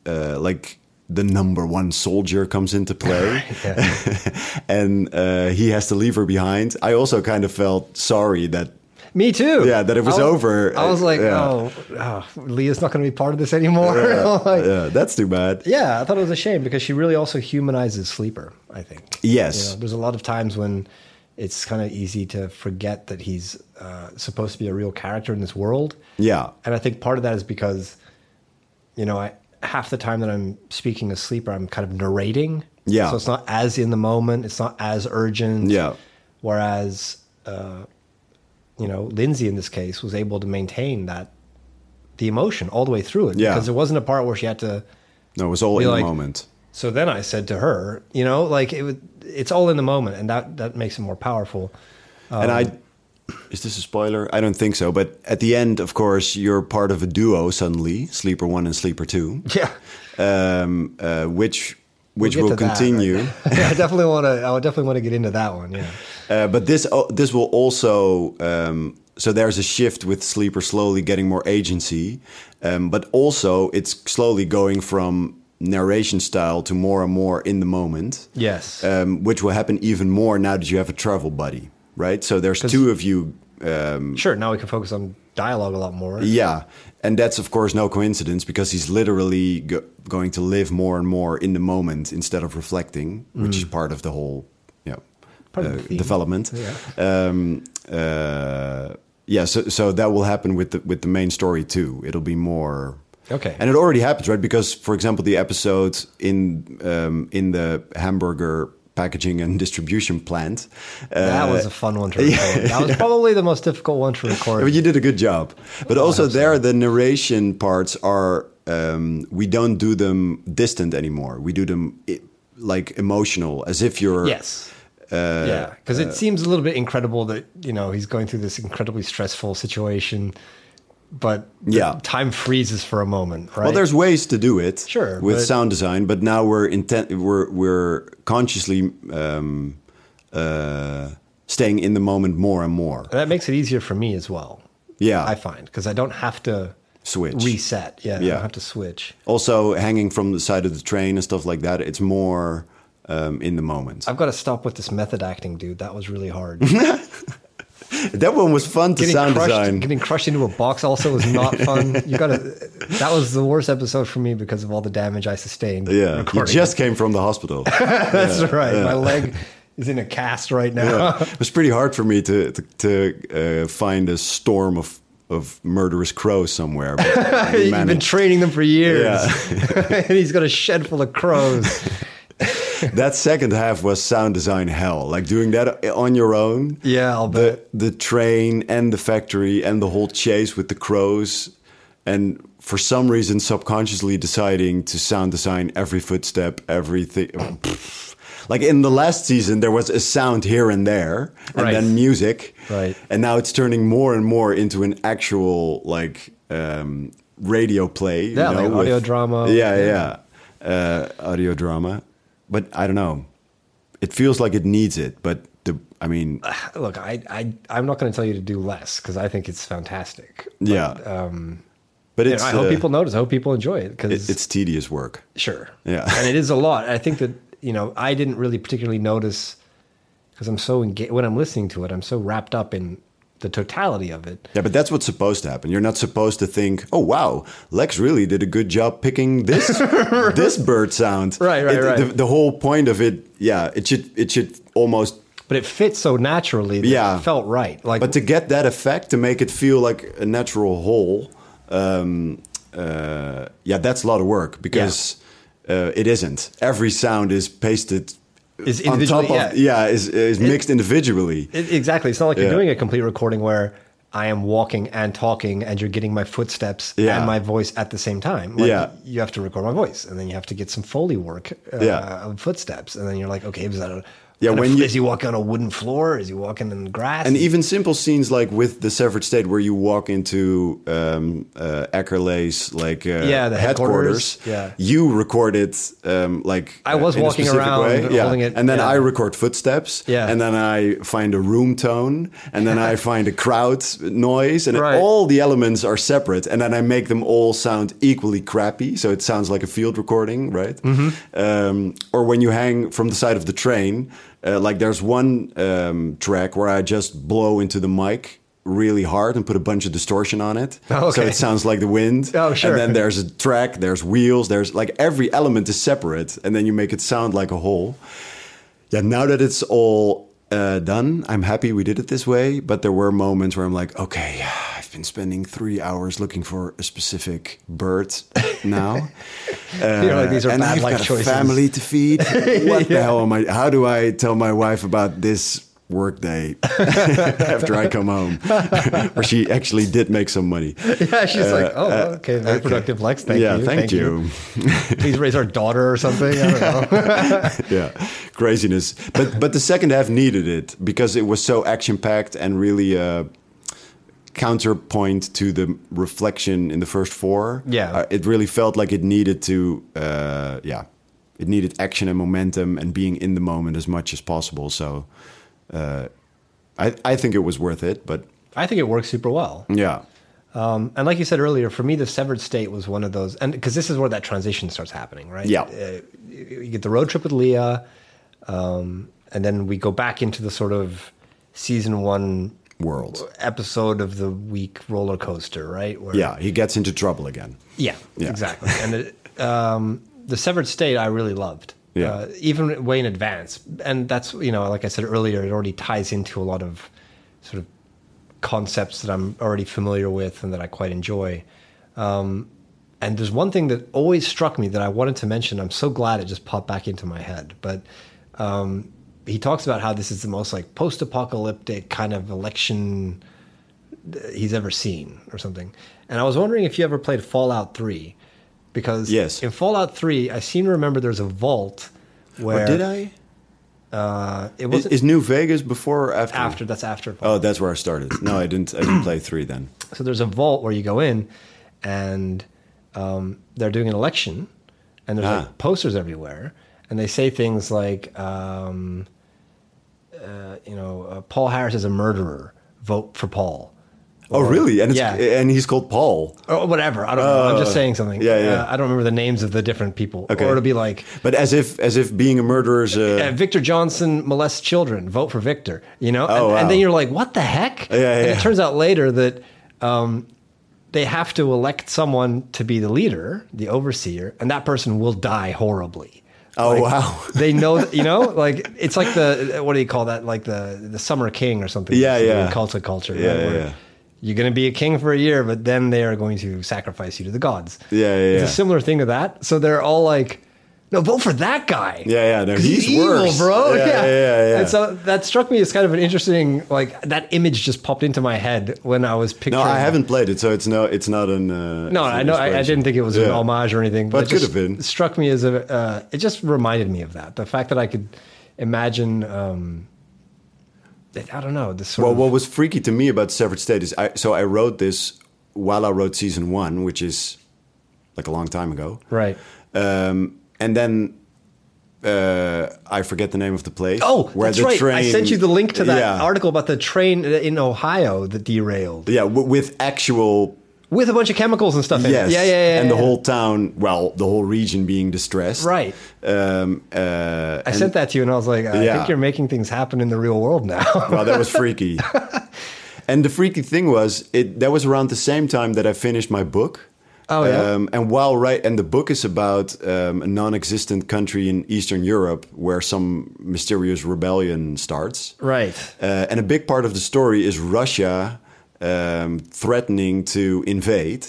uh, like the number one soldier comes into play and uh, he has to leave her behind I also kind of felt sorry that Me too. Yeah, that it was I over. Uh, I was like, Yeah. oh, oh, Leah's not going to be part of this anymore. Like, yeah uh, that's too bad Yeah, I thought it was a shame because she really also humanizes Sleeper, I think. Yes. there's a lot of times when it's kind of easy to forget that he's uh, supposed to be a real character in this world. yeah And I think part of that is because, you know, I half the time that I'm speaking as Sleeper, I'm kind of narrating. Yeah. So it's not as in the moment, it's not as urgent. Yeah. Whereas, uh, you know, Lindsay in this case was able to maintain that, the emotion all the way through it. Yeah. Because there wasn't a part where she had to. no it was all Be in like- the moment So then I said to her, you know, like it would, it's all in the moment, and that that makes it more powerful. uh, and I is this a spoiler I don't think so but at the end of course you're part of a duo suddenly Sleeper 1 and Sleeper 2 Yeah, um, uh, which which get will to that. continue I definitely want to. I would definitely want to get into that one. Yeah, Uh, but this oh, this will also um, so there's a shift with sleeper slowly getting more agency, um, but also it's slowly going from narration style to more and more in the moment. Yes. um, which will happen even more now that you have a travel buddy, right? So there's two of you. sure. Now we can focus on dialogue a lot more. Yeah, and that's of course no coincidence because he's literally go- going to live more and more in the moment instead of reflecting, which is part of the whole yeah Mm. Part of the theme. development. Yeah. Um, uh, yeah, so so that will happen with the with the main story too. It'll be more Okay. And it already happens, right? Because, for example, the episode in um, in the hamburger packaging and distribution plant. That was a fun one to record. that was probably the most difficult one to record. But you did a good job. Oh, But also there, the narration parts are um, we don't do them distant anymore. We do them i like emotional, as if you're Yes. Uh, yeah, because it seems a little bit incredible that you know he's going through this incredibly stressful situation, but the Yeah. time freezes for a moment, right? Well, there's ways to do it, Sure, with but- sound design. But now we're intent, we're we're consciously um, uh, staying in the moment more and more. And that makes it easier for me as well. Yeah. Uh, I find because I don't have to Switch. reset. Yeah, I Yeah. don't have to switch. Also, hanging from the side of the train and stuff like that. It's more um, in the moment. I've got to stop with this method acting, dude. That was really hard. That one was fun to getting sound crushed, design. getting crushed into a box also was not fun. You got to. That was the worst episode for me because of all the damage I sustained. yeah, you recording. just came from the hospital. that's right. My leg is in a cast right now. Yeah. it was pretty hard for me to to, to uh, find a storm of of murderous crows somewhere. But I You've been managed. training them for years. Yeah. and he's got a shed full of crows. that second half was sound design hell. Like doing that on your own. Yeah, I'll the bet. the train and the factory and the whole chase with the crows, and for some reason subconsciously deciding to sound design every footstep, everything. Pfft. like in the last season, there was a sound here and there, and Right. then music. Right. And now it's turning more and more into an actual like um, radio play. Yeah, you know, like with- audio drama. Yeah, Yeah. yeah uh, audio drama, but I don't know. It feels like it needs it, but the I mean, Look, I, I, I'm not going to tell you to do less because I think it's fantastic. yeah. but um, And it's I hope uh, people notice. I hope people enjoy it it- because it's tedious work. Sure. Yeah. and it is a lot. I think that, you know, I didn't really particularly notice because I'm so engaged when I'm listening to it, I'm so wrapped up in the totality of it. Yeah, but that's what's supposed to happen. You're not supposed to think, "Oh wow, Lex really did a good job picking this this bird sound." Right, right, It- right. The, the whole point of it, yeah, it should it should almost But it fits so naturally that Yeah. it felt right. Like But to get that effect, to make it feel like a natural whole, um, uh, yeah, that's a lot of work because uh, it isn't. Every sound is pasted Is on top individually- of yeah, is is mixed individually. It- exactly. It's not like you're Yeah. doing a complete recording where I am walking and talking and you're getting my footsteps Yeah. and my voice at the same time. Like, Yeah. You have to record my voice and then you have to get some Foley work uh, Yeah. of footsteps. And then you're like, okay, is that a. Yeah, kind of- when you- is he walking on a wooden floor? Is he walking in the grass? And even simple scenes like with the severed state, where you walk into um, uh, Eckerle's like uh, Yeah, the headquarters. Yeah. you record it um, like I was in a walking specific around holding it, and then yeah. I record footsteps, Yeah. and then I find a room tone, and then I find a crowd noise, and Right. all the elements are separate, and then I make them all sound equally crappy, so it sounds like a field recording, right? Mm-hmm. Um, or when you hang from the side of the train, uh, like there's one um, track where I just blow into the mic really hard and put a bunch of distortion on it, Oh, so okay. it sounds like the wind. Oh, sure. And then there's a track, there's wheels, there's like every element is separate, and then you make it sound like a whole. Yeah, now that it's all uh, done, I'm happy we did it this way. But there were moments where I'm like, okay, I've been spending three hours looking for a specific bird now, you know, like these are and bad I've life got choices. a family to feed. What the hell am I? How do I tell my wife about this? Workday after I come home, where she actually did make some money. Yeah, she's like, oh, okay, very productive, Lex. Thank Uh, yeah, you. thank, you. Please raise our daughter or something. I don't know. yeah, craziness. But but the second half needed it because it was so action packed and really a counterpoint to the reflection in the first four. Yeah. Uh, it really felt like it needed to. Uh, yeah, it needed action and momentum and being in the moment as much as possible. So, uh, I I think it was worth it. But I think it works super well. Um, yeah, and like you said earlier, for me, the severed state was one of those, and because this is where that transition starts happening, right? Yeah. Uh, you you get the road trip with Leah, um, and then we go back into the sort of season one world. episode of the week roller coaster, right? Where, Yeah, he gets into trouble again. yeah, Yeah. exactly. And it, um, the severed state, I really loved. Yeah. Uh, even way in advance, and that's you know, like I said earlier, it already ties into a lot of sort of concepts that I'm already familiar with and that I quite enjoy. Um, And there's one thing that always struck me that I wanted to mention. I'm so glad it just popped back into my head. But um, he talks about how this is the most like post-apocalyptic kind of election he's ever seen or something. And I was wondering if you ever played Fallout 3 because Yes. in Fallout 3 I seem to remember there's a vault where Or Oh, did I? Uh, it Is, wasn't is New Vegas before or after? after that's after Fallout. Oh, that's where I started. No, I didn't. I didn't play three then. So there's a vault where you go in, and um, they're doing an election, and there's Ah. like posters everywhere, and they say things like, um, uh, you know, uh, Paul Harris is a murderer. Vote for Paul. Oh, really? And it's, yeah. and he's called Paul. Or Oh, whatever. I don't know. I'm just saying something. yeah, yeah. Uh, I don't remember the names of the different people. Okay. Or it'll be like, But as if as if being a murderer is uh, a Victor Johnson molests children. Vote for Victor. You know, and, Oh, wow. and then you're like, what the heck? yeah, and yeah. it turns out later that um, they have to elect someone to be the leader, the overseer, and that person will die horribly. oh wow They know, that, you know, like it's like the what do you call that? Like the the summer king or something. Yeah, Something yeah. in Cult of culture. Yeah, yeah, where yeah. You're going to be a king for a year, but then they are going to sacrifice you to the gods. Yeah, yeah, It's yeah. a similar thing to that. So they're all like, "No, vote for that guy." yeah yeah no, 'Cause he's, worse. bro. yeah yeah yeah, yeah. And so that struck me as kind of an interesting, like that image just popped into my head when I was no picturing. I haven't played it so it's no it's not an uh, No, it's I an know. I, I inspiration. didn't think it was an Yeah. homage or anything, But it could just have been. Struck me as a. Uh, it just reminded me of that. The fact that I could imagine. Um, that- I don't know. This sort Well, of, what was freaky to me about Severed State is I, so I wrote this while I wrote season one, which is like a long time ago. right. Um, and then uh, I forget the name of the place. Oh, that's right. I sent you the link to that yeah, article about the train in Ohio that derailed Yeah, w- with actual. with a bunch of chemicals and stuff. in it. Yes. Yeah, yeah, yeah. And the yeah. whole town, well, the whole region being distressed. Right. Um, uh, I sent that to you, and I was like, I Yeah. think you're making things happen in the real world now. Wow, that was freaky. and the freaky thing was, it that was around the same time that I finished my book. Oh, yeah? Um, and while right, and the book is about um, a non-existent country in Eastern Europe where some mysterious rebellion starts. right. Uh, and a big part of the story is Russia um, threatening to invade,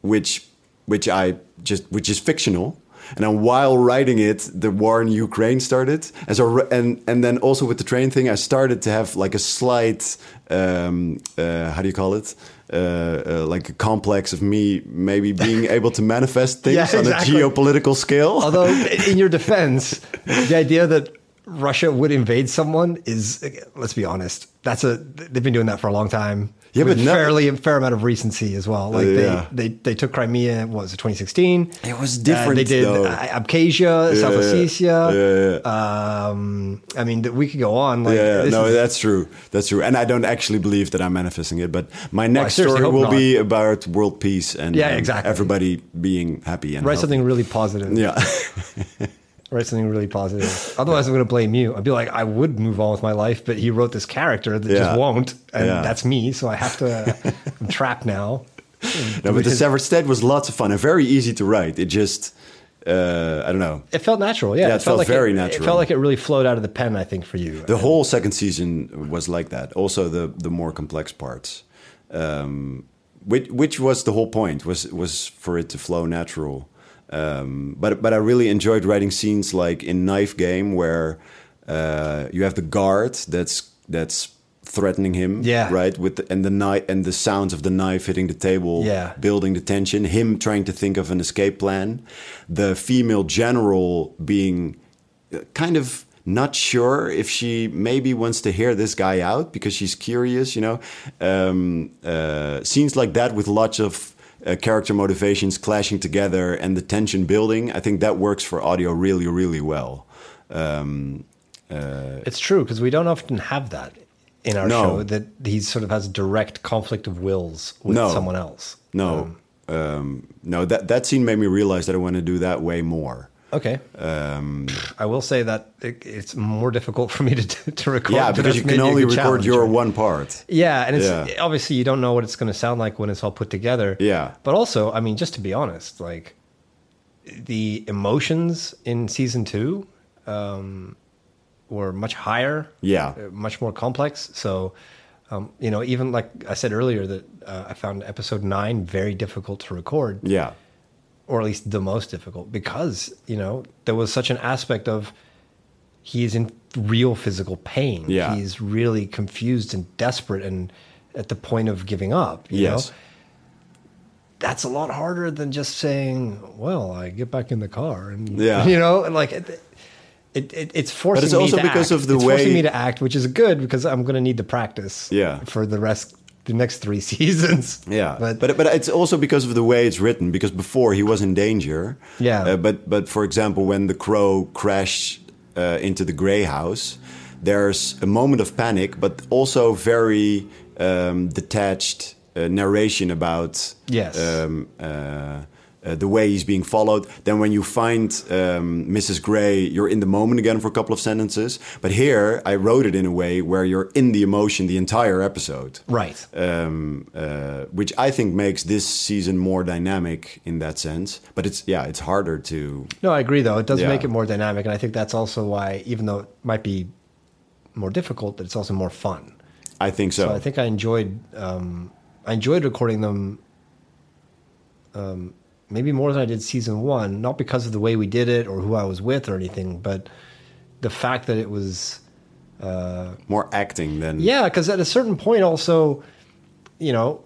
which which I just which is fictional. And then while writing it, the war in Ukraine started, and so r- and and then also with the train thing, I started to have like a slight um, uh, how do you call it? Uh, uh, like a complex of me maybe being able to manifest things Yeah, on exactly. a geopolitical scale. Although, in your defense, the idea that Russia would invade someone is, let's be honest, that's a they've been doing that for a long time. Yeah, with but no- fairly a fair amount of recency as well. Like Yeah. they, they they took Crimea. What was it? 2016. It was Uh, different, they did though. uh, Abkhazia, South yeah. Ossetia. Yeah, Um, I mean, th- we could go on. Like, yeah, this no, is- that's true. That's true. And I don't actually believe that I'm manifesting it, but my next seriously story hope will not. be about world peace and Yeah, um, exactly. everybody being happy and write healthy. something really positive. Yeah, write something really positive. Otherwise, I'm going to blame you. I'd be like, I would move on with my life, but he wrote this character that Yeah. just won't, and Yeah. that's me. So I have to. I'm trapped now. no, but the Because- severed state was lots of fun and very easy to write. It just, uh, I don't know. It felt natural. Yeah, Yeah, it felt very it, It natural. felt like it really flowed out of the pen. I think for you. The whole second season was like that. Also, the the more complex parts, um, which which was the whole point was was for it to flow natural. Um, but but I really enjoyed writing scenes like in Knife Game where uh, you have the guard that's that's threatening him, Yeah. right? With the, and the knife and the sounds of the knife hitting the table, Yeah. building the tension. Him trying to think of an escape plan. The female general being uh, kind of not sure if she maybe wants to hear this guy out because she's curious, you know. Um, uh, scenes like that with lots of uh, character motivations clashing together and the tension building, I think that works for audio really, really well. It's true because we don't often have that in our No. show. That he sort of has direct conflict of wills with No. someone else. No, um, no, that, that scene made me realize that I want to do that way more. Okay. Um, I will say that it, it's more difficult for me to to record. Yeah, but because that's you can maybe a only good record challenge, your right? one part. Yeah, and it's Yeah. obviously you don't know what it's going to sound like when it's all put together. Yeah. But also, I mean, just to be honest, like the emotions in season two um, were much higher. Yeah. uh, much more complex. So, um, you know, even like I said earlier, that uh, I found episode nine very difficult to record Yeah. or at least the most difficult, because you know there was such an aspect of he is in real physical pain. Yeah. he's really confused and desperate and at the point of giving up. You Yes. know? that's a lot harder than just saying, "Well, I get back in the car," and Yeah. you know, and like it, it, it it's forcing. it's also me to because act. of the it's way- forcing me to act, which is good because I'm going to need to practice. Yeah. for the rest, the next three seasons. Yeah, but, but, but it's also because of the way it's written. Because before he was in danger. Yeah. Uh, but but for example, when the crow crashed uh, into the gray house, there's a moment of panic, but also very um, detached uh, narration about Yes. um, uh, uh, the way he's being followed. Then when you find um, Mrs. Gray, you're in the moment again for a couple of sentences. But here, I wrote it in a way where you're in the emotion the entire episode right, which I think makes this season more dynamic in that sense. But it's yeah, it's harder to no, I agree though. It does Yeah. make it more dynamic, and I think that's also why, even though it might be more difficult, that it's also more fun. I think so. So I think I enjoyed um, I enjoyed recording them um, maybe more than I did season one, not because of the way we did it or who I was with or anything, but the fact that it was more acting than yeah, because at a certain point also, you know,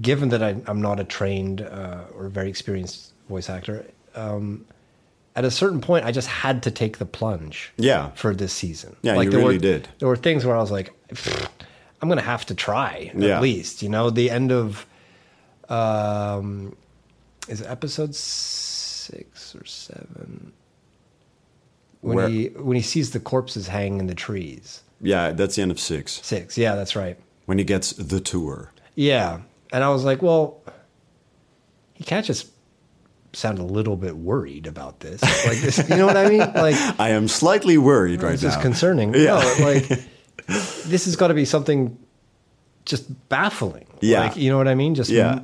given that I, I'm not a trained uh, or very experienced voice actor, um, at a certain point I just had to take the plunge Yeah. for this season. Yeah, you there really were, did. There were things where I was like, "Pfft, I'm going to have to try at Yeah. least. You know, the end of um, is it episode six or seven when Where- he when he sees the corpses hanging in the trees. yeah. That's the end of six Six, yeah, that's right. when he gets the tour. Yeah. And I was like, well, he can't just sound a little bit worried about this. Like this, you know what I mean? Like I am slightly worried right this now. is concerning. Yeah. No, like this has got to be something just baffling. Yeah. Like, you know what I mean? Just Yeah,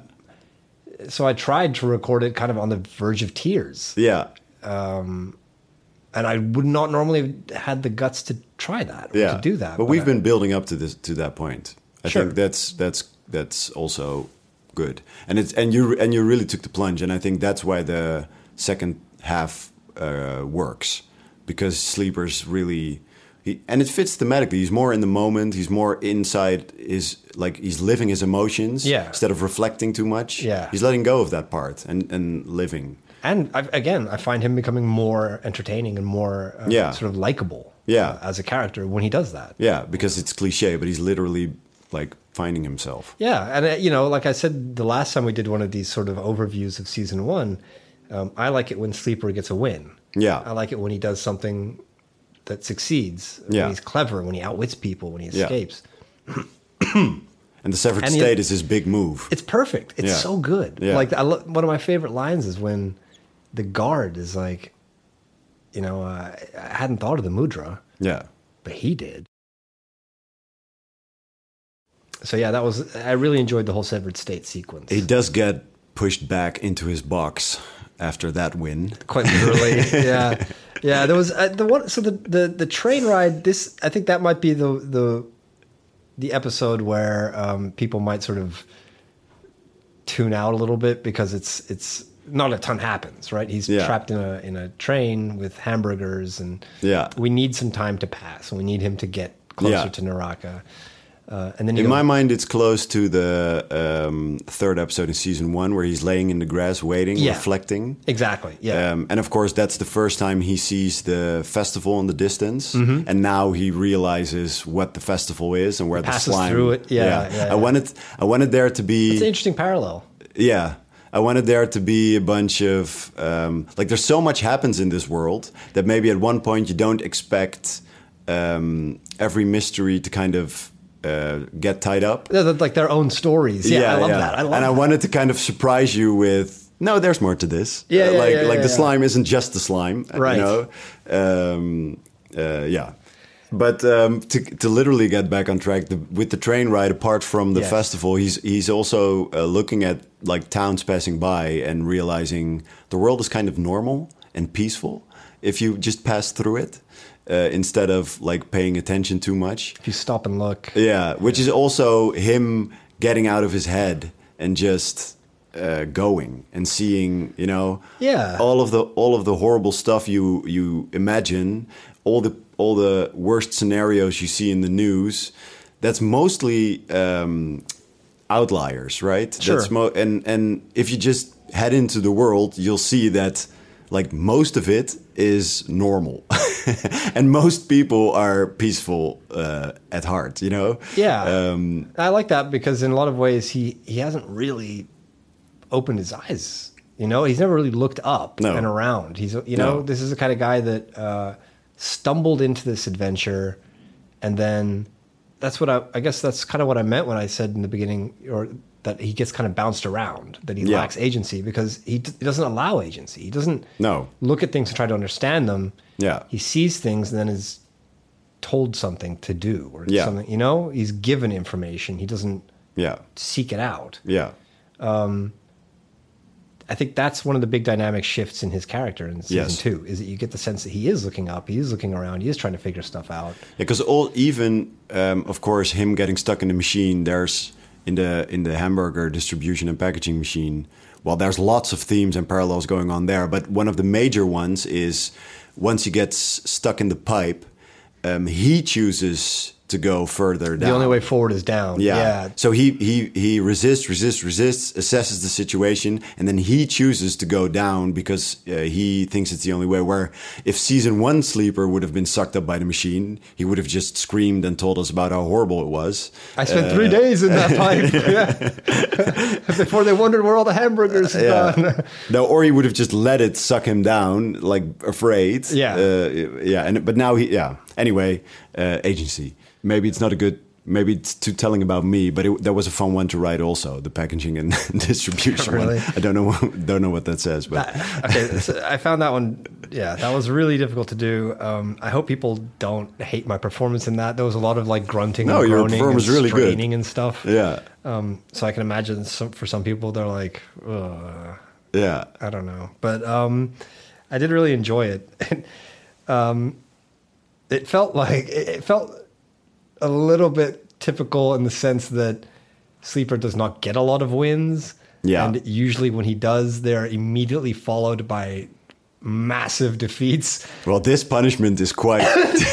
so I tried to record it kind of on the verge of tears. yeah, And I would not normally have had the guts to try that or yeah. to do that. but, we've I- been building up to this to that point. I Sure. think that's that's that's also good, and it's and you and you really took the plunge, and I think that's why the second half uh, works because sleepers really. He, and it fits thematically. He's more in the moment. He's more inside. Is like he's living his emotions Yeah. instead of reflecting too much. Yeah. he's letting go of that part and and living. and i again, I find him becoming more entertaining and more uh, Yeah. sort of likable Yeah. uh, as a character when he does that. Yeah, because it's cliche, but he's literally like finding himself. Yeah, and uh, you know, like I said the last time we did one of these sort of overviews of season one, um, I like it when Sleeper gets a win. Yeah. I like it when he does something that succeeds. Yeah. when he's clever, when he outwits people, when he Yeah. escapes. And the severed And he- state is his big move. It's perfect. It's Yeah. so good. Yeah. Like I lo- one of my favorite lines is when the guard is like, you know, uh, I hadn't thought of the mudra, yeah, but he did. So yeah, that was. I really enjoyed the whole severed state sequence. he does get pushed back into his box after that win. quite literally. yeah, yeah. There was uh, the one. So the, the the train ride. This I think that might be the the the episode where um, people might sort of tune out a little bit because it's it's not a ton happens. Right? He's Yeah. trapped in a in a train with hamburgers, and Yeah. we need some time to pass, and we need him to get closer Yeah. to Naraka. Uh, and then he In goes- my mind, it's close to the um, third episode in season one, where he's laying in the grass, waiting, Yeah. reflecting. exactly, yeah. Um, and of course, that's the first time he sees the festival in the distance, Mm-hmm. and now he realizes what the festival is and where the passes slime. through it. Yeah, yeah, yeah. I wanted, I wanted there to be. it's an interesting parallel. Yeah. I wanted there to be a bunch of um, like there's so much happens in this world that maybe at one point you don't expect um, every mystery to kind of uh, get tied up. They're- they're Like their own stories. Yeah, I love that. I love and I that. wanted to kind of surprise you with no, there's more to this. Uh, Yeah, yeah, like yeah, like the yeah, yeah. slime isn't just the slime. uh, Right. You know? um, uh, yeah. But um, to, to literally get back on track the, with the train ride, apart from the Yes. festival, he's he's also uh, looking at like towns passing by and realizing the world is kind of normal and peaceful if you just pass through it uh, instead of like paying attention too much. if you stop and look. Yeah, which is also him getting out of his head and just uh, going and seeing, you know, Yeah. all of the all of the horrible stuff you you imagine, all the all the worst scenarios you see in the news. That's mostly um, outliers, right? Sure. That's mo- and and if you just head into the world, you'll see that like most of it is normal, and most people are peaceful uh, at heart. You know? Yeah. um, I like that because in a lot of ways he he hasn't really opened his eyes. You know, he's never really looked up No. and around. He's No. you know, this is the kind of guy that uh, stumbled into this adventure and then that's what I I guess that's kind of what I meant when I said in the beginning or that he gets kind of bounced around, that he Yeah. lacks agency because he, d- he doesn't allow agency. He doesn't No. look at things and try to understand them. Yeah. He sees things and then is told something to do or Yeah. something. You know, he's given information. He doesn't Yeah. seek it out. Yeah. I think that's one of the big dynamic shifts in his character in season Yes. two is that you get the sense that he is looking up, he is looking around, he is trying to figure stuff out. because all even um, of course him getting stuck in the machine there's in the in the hamburger distribution and packaging machine well there's lots of themes and parallels going on there but one of the major ones is once he gets stuck in the pipe um, he chooses to go further down The only way forward is down. yeah. So he he he resists, resists, resists, assesses the situation, and then he chooses to go down because uh, he thinks it's the only way. Where if season one sleeper would have been sucked up by the machine, he would have just screamed and told us about how horrible it was. I spent three Uh, days in that pipe yeah. before they wondered where all the hamburgers had gone. no, or he would have just let it suck him down, like afraid. Yeah. uh, yeah. And but now he, yeah. Anyway, uh, agency. Maybe it's not a good. Maybe it's too telling about me, but it, that was a fun one to write. Also, the packaging and distribution. one. Really? I don't know. Don't know what that says, but okay, so I found that one. Yeah, that was really difficult to do. Um, I hope people don't hate my performance in that. There was a lot of like grunting, No, and your groaning performance and is really good. straining and stuff. yeah, Um, so I can imagine some, for some people they're like, Ugh, yeah, I don't know, but um, I did really enjoy it. um, it felt like it, it felt a little bit typical in the sense that Sleeper does not get a lot of wins. Yeah. and usually when he does, they're immediately followed by massive defeats. Well, this punishment is quite.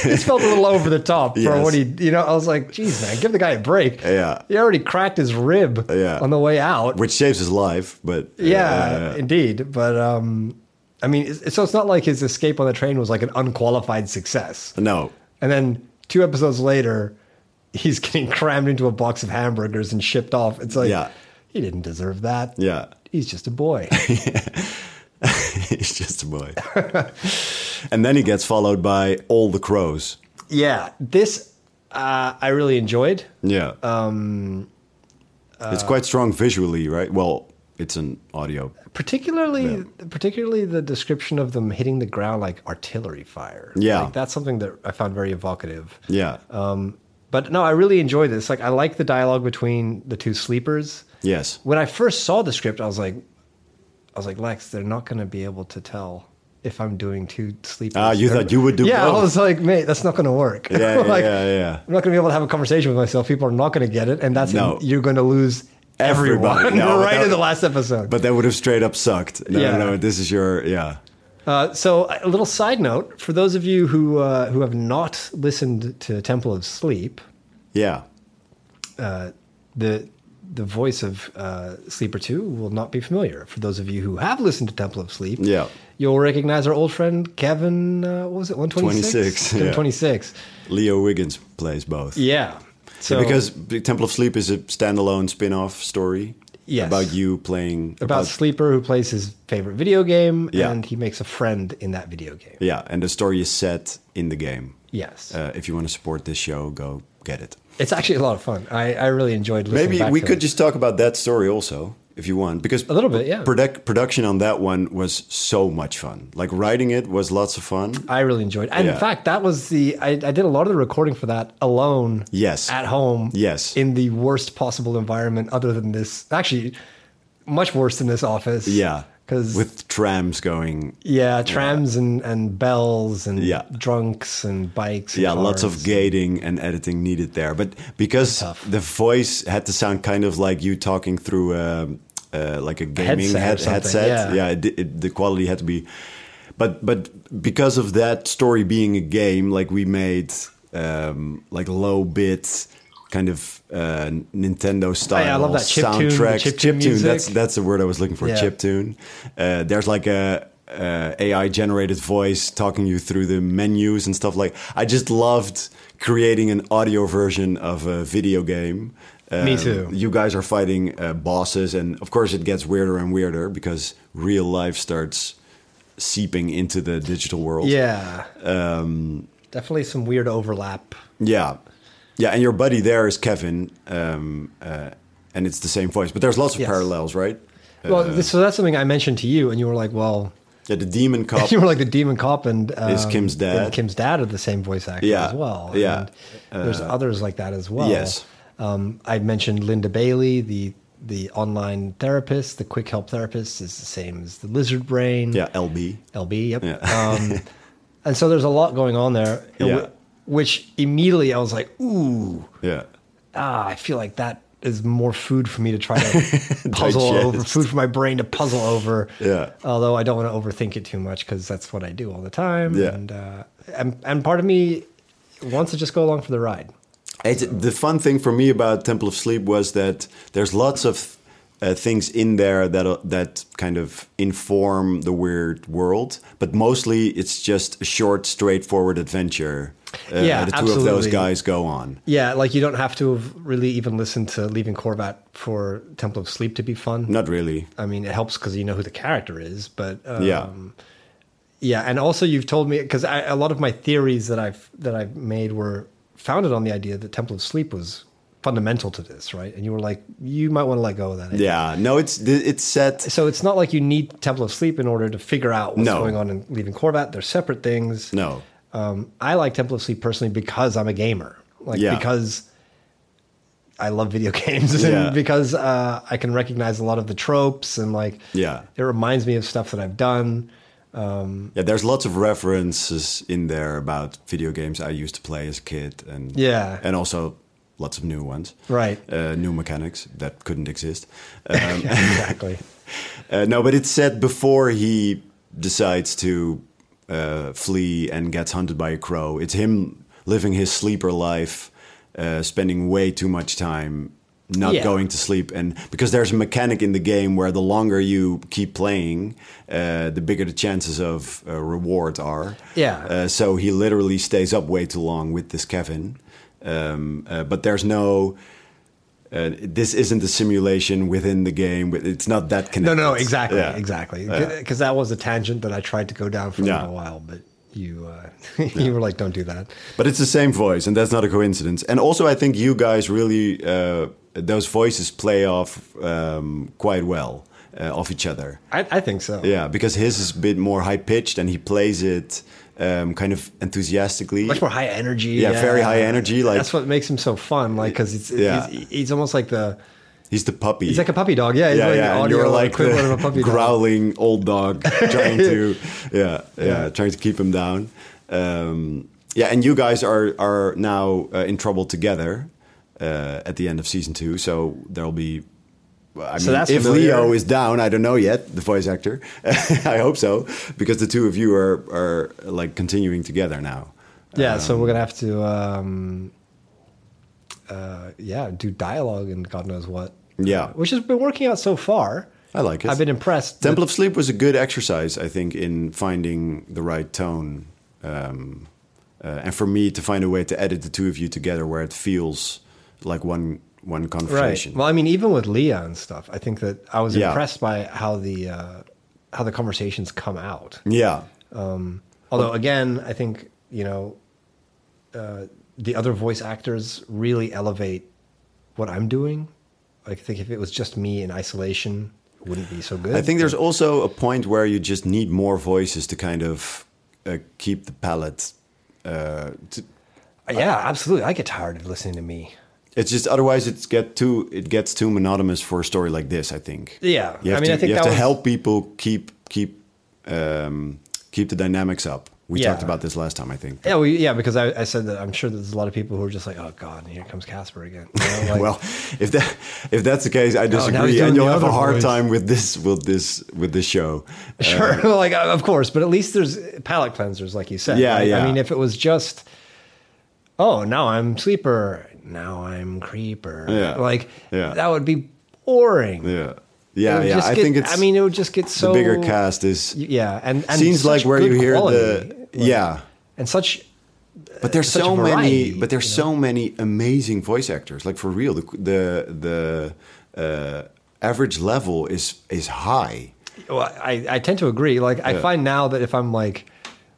This felt a little over the top for Yes. what he, you know. I was like, "Geez, man, give the guy a break." Yeah. he already cracked his rib Yeah. on the way out. which saves his life, but uh, Yeah, indeed. But um, I mean, it's, so it's not like his escape on the train was like an unqualified success. no, And then two episodes later, he's getting crammed into a box of hamburgers and shipped off. It's like Yeah. he didn't deserve that. yeah, He's just a boy. he's just a boy. and then he gets followed by all the crows. yeah, this uh, I really enjoyed. Yeah. Um, it's quite strong visually, right? Well, it's an audio. Particularly, particularly the description of them hitting the ground like artillery fire. Yeah. like, that's something that I found very evocative. Yeah. Uh, But no, I really enjoy this. Like, I like the dialogue between the two sleepers. yes. when I first saw the script, I was like, I was like, Lex, they're not going to be able to tell if I'm doing two sleepers. Ah, you thought you would do Yeah, I both. was like, mate, that's not going to work. Yeah, yeah, like, yeah, yeah. I'm not going to be able to have a conversation with myself. People are not going to get it, and that's No. you're going to lose everyone Everybody. No, right that- in the last episode. But that would have straight up sucked. No, Yeah. no, no, this is your, yeah. Uh, so, a little side note for those of you who uh, who have not listened to Temple of Sleep, Yeah. the the voice of uh, Sleeper Two will not be familiar. For those of you who have listened to Temple of Sleep, Yeah. you'll recognize our old friend Kevin. Uh, what was it? One twenty 26, six. yeah. Twenty six. Leo Wiggins plays both. Yeah. So because B- Temple of Sleep is a standalone spin off story Yes. about you playing. about, Sleeper who plays his favorite video game Yeah. and he makes a friend in that video game. Yeah, and the story is set in the game. Yes. Uh, if you want to support this show, go get it. it's actually a lot of fun. I, I really enjoyed listening Maybe back we to could it. just talk about that story also, if you want, because A little bit, yeah. Produc- production on that one was so much fun. Like writing it was lots of fun. I really enjoyed. And Yeah. in fact, that was the I, I did a lot of the recording for that alone. Yes. At home. Yes. In the worst possible environment, other than this, actually, much worse than this office. Yeah, Because with trams going, yeah, trams and and bells and Yeah. drunks and bikes. and yeah, lots of cars. gating and editing needed there. But because Tough. the voice had to sound kind of like you talking through. Um, uh, like a gaming headset or head- something, headset. yeah. it, it, the quality had to be. But but because of that story being a game, like we made um, like low bit kind of uh, Nintendo style Oh, I love that chiptune, the soundtracks. chiptune music. That's that's the word I was looking for. Yeah. Chip tune. Uh, there's like a. Uh, AI generated voice talking you through the menus and stuff like. I just loved creating an audio version of a video game Me um, too. You guys are fighting uh, bosses, and of course, it gets weirder and weirder because real life starts seeping into the digital world. Yeah. Um, Definitely some weird overlap. yeah, yeah. And your buddy there is Kevin, um, uh, and it's the same voice, but there's lots of Yes. parallels, right? well, this, so that's something I mentioned to you, and you were like, well, Yeah, the demon cop. you were like the demon cop and um, Is Kim's dad. and Kim's dad are the same voice actor Yeah, as well. yeah. Uh, And there's others like that as well. yes. Um, I mentioned Linda Bailey, the the online therapist, the quick help therapist is the same as the lizard brain. yeah, LB. LB, yep. Yeah. Um, and so there's a lot going on there. Yeah. w- Which immediately I was like, ooh, Yeah, ah, I feel like that is more food for me to try to puzzle Digest. over, food for my brain to puzzle over. Yeah. Although I don't want to overthink it too much because that's what I do all the time. Yeah. And, uh, and, and part of me wants to just go along for the ride. It's, the fun thing for me about Temple of Sleep was that there's lots of uh, things in there that uh, that kind of inform the weird world, but mostly it's just a short, straightforward adventure. Uh, Yeah, the two of those absolutely. guys go on. Yeah, like you don't have to have really even listened to Leaving Corvat for Temple of Sleep to be fun. Not really. I mean, it helps because you know who the character is, but um, Yeah. yeah, and also you've told me because a lot of my theories that I've that I've made were founded on the idea that Temple of Sleep was fundamental to this, right? And you were like, you might want to let go of that. idea. Yeah. No, it's it's set. So it's not like you need Temple of Sleep in order to figure out what's No. going on in Leaving Corvat. They're separate things. No. Um, I like Temple of Sleep personally because I'm a gamer. Like Yeah. because I love video games Yeah. and because uh, I can recognize a lot of the tropes and like Yeah. it reminds me of stuff that I've done. Yeah, there's lots of references in there about video games I used to play as a kid, and Yeah. and also lots of new ones, Right. Uh, new mechanics that couldn't exist. exactly. Uh, no, but it's said before he decides to uh, flee and gets hunted by a crow. It's him living his sleeper life, uh, spending way too much time not Yeah. going to sleep, and because there's a mechanic in the game where the longer you keep playing, uh, the bigger the chances of uh, reward are. Yeah. Uh, so he literally stays up way too long with this Kevin. Um, uh, but there's no. Uh, this isn't a simulation within the game. It's not that No, connected. no, exactly, Yeah. exactly. Because that was a tangent that I tried to go down for a Yeah. little while, but you uh, you were like, "Don't do that." But it's the same voice, and that's not a coincidence. And also, I think you guys really uh, those voices play off um, quite well uh, off each other. I, I think so. Yeah, because his is a bit more high pitched, and he plays it um, kind of enthusiastically. much more high energy. Yeah, very high energy, like- that's what makes him so fun. Like because it's, Yeah. he's, he's almost like the He's the puppy. he's like a puppy dog. Yeah, he's yeah, like yeah, the and audio you're like the equivalent of a puppy dog. growling old dog trying to, yeah, yeah, Yeah. trying to keep him down. Um, yeah, and you guys are are now uh, in trouble together uh, at the end of season two, so there'll be. well, I So mean, that's if familiar. Leo is down, I don't know yet. The voice actor, I hope so, because the two of you are are like continuing together now. Yeah, so we're gonna have to, um, uh, yeah, do dialogue and God knows what. Yeah. which has been working out so far. I like it. I've been impressed. Temple of Sleep was a good exercise, I think, in finding the right tone, um, uh, and for me to find a way to edit the two of you together where it feels like one one right. conversation. Well, I mean, even with Leah and stuff, I think that I was Yeah. impressed by how the uh, how the conversations come out. yeah, Although, again, I think you know uh, the other voice actors really elevate what I'm doing. I think if it was just me in isolation, it wouldn't be so good. I think there's also a point where you just need more voices to kind of uh, keep the palette. Uh, to, yeah, absolutely. I get tired of listening to me. it's just otherwise it's get too it gets too monotonous for a story like this. I think. Yeah, You have I mean, to, I think you have to that was- help people keep keep um, keep the dynamics up. We Yeah. talked about this last time, I think. Yeah, we, yeah, because I, I said that I'm sure there's a lot of people who are just like, oh god, here comes Casper again. You know, like- Well, if that If that's the case, I now he's disagree, doing and you'll the have a other hard voice. time with this with this with this show. Uh, Sure, like uh, of course, but at least there's palate cleansers, like you said. Yeah, right? yeah. I mean, if it was just, oh, now I'm sleeper, now I'm creeper, Yeah, like yeah. that would be boring. yeah, It yeah, would yeah. just I get- think it's I mean, it would just get the so bigger cast is Yeah, and, and seems like such where you good hear quality, the yeah. and such. But there's such so variety, many. But there's so many amazing voice actors. Like for real, the the the uh, average level is is high. Well, I I tend to agree. Like I Yeah. find now that if I'm like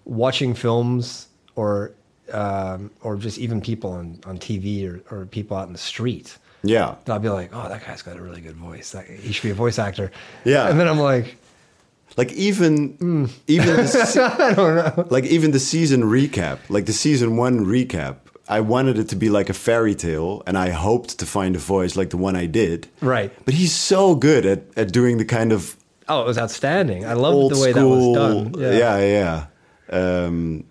watching films or um, or just even people on on TV or, or people out in the street. Yeah, And I'll be like, oh, that guy's got a really good voice. That, he should be a voice actor. Yeah. And then I'm like, like even even the, se- Hmm. I don't know. like even the season recap, like the season one recap. I wanted it to be like a fairy tale, and I hoped to find a voice like the one I did. Right. But he's so good at at doing the kind of Oh, it was outstanding. I loved old the way school. that was done. yeah, yeah. Um,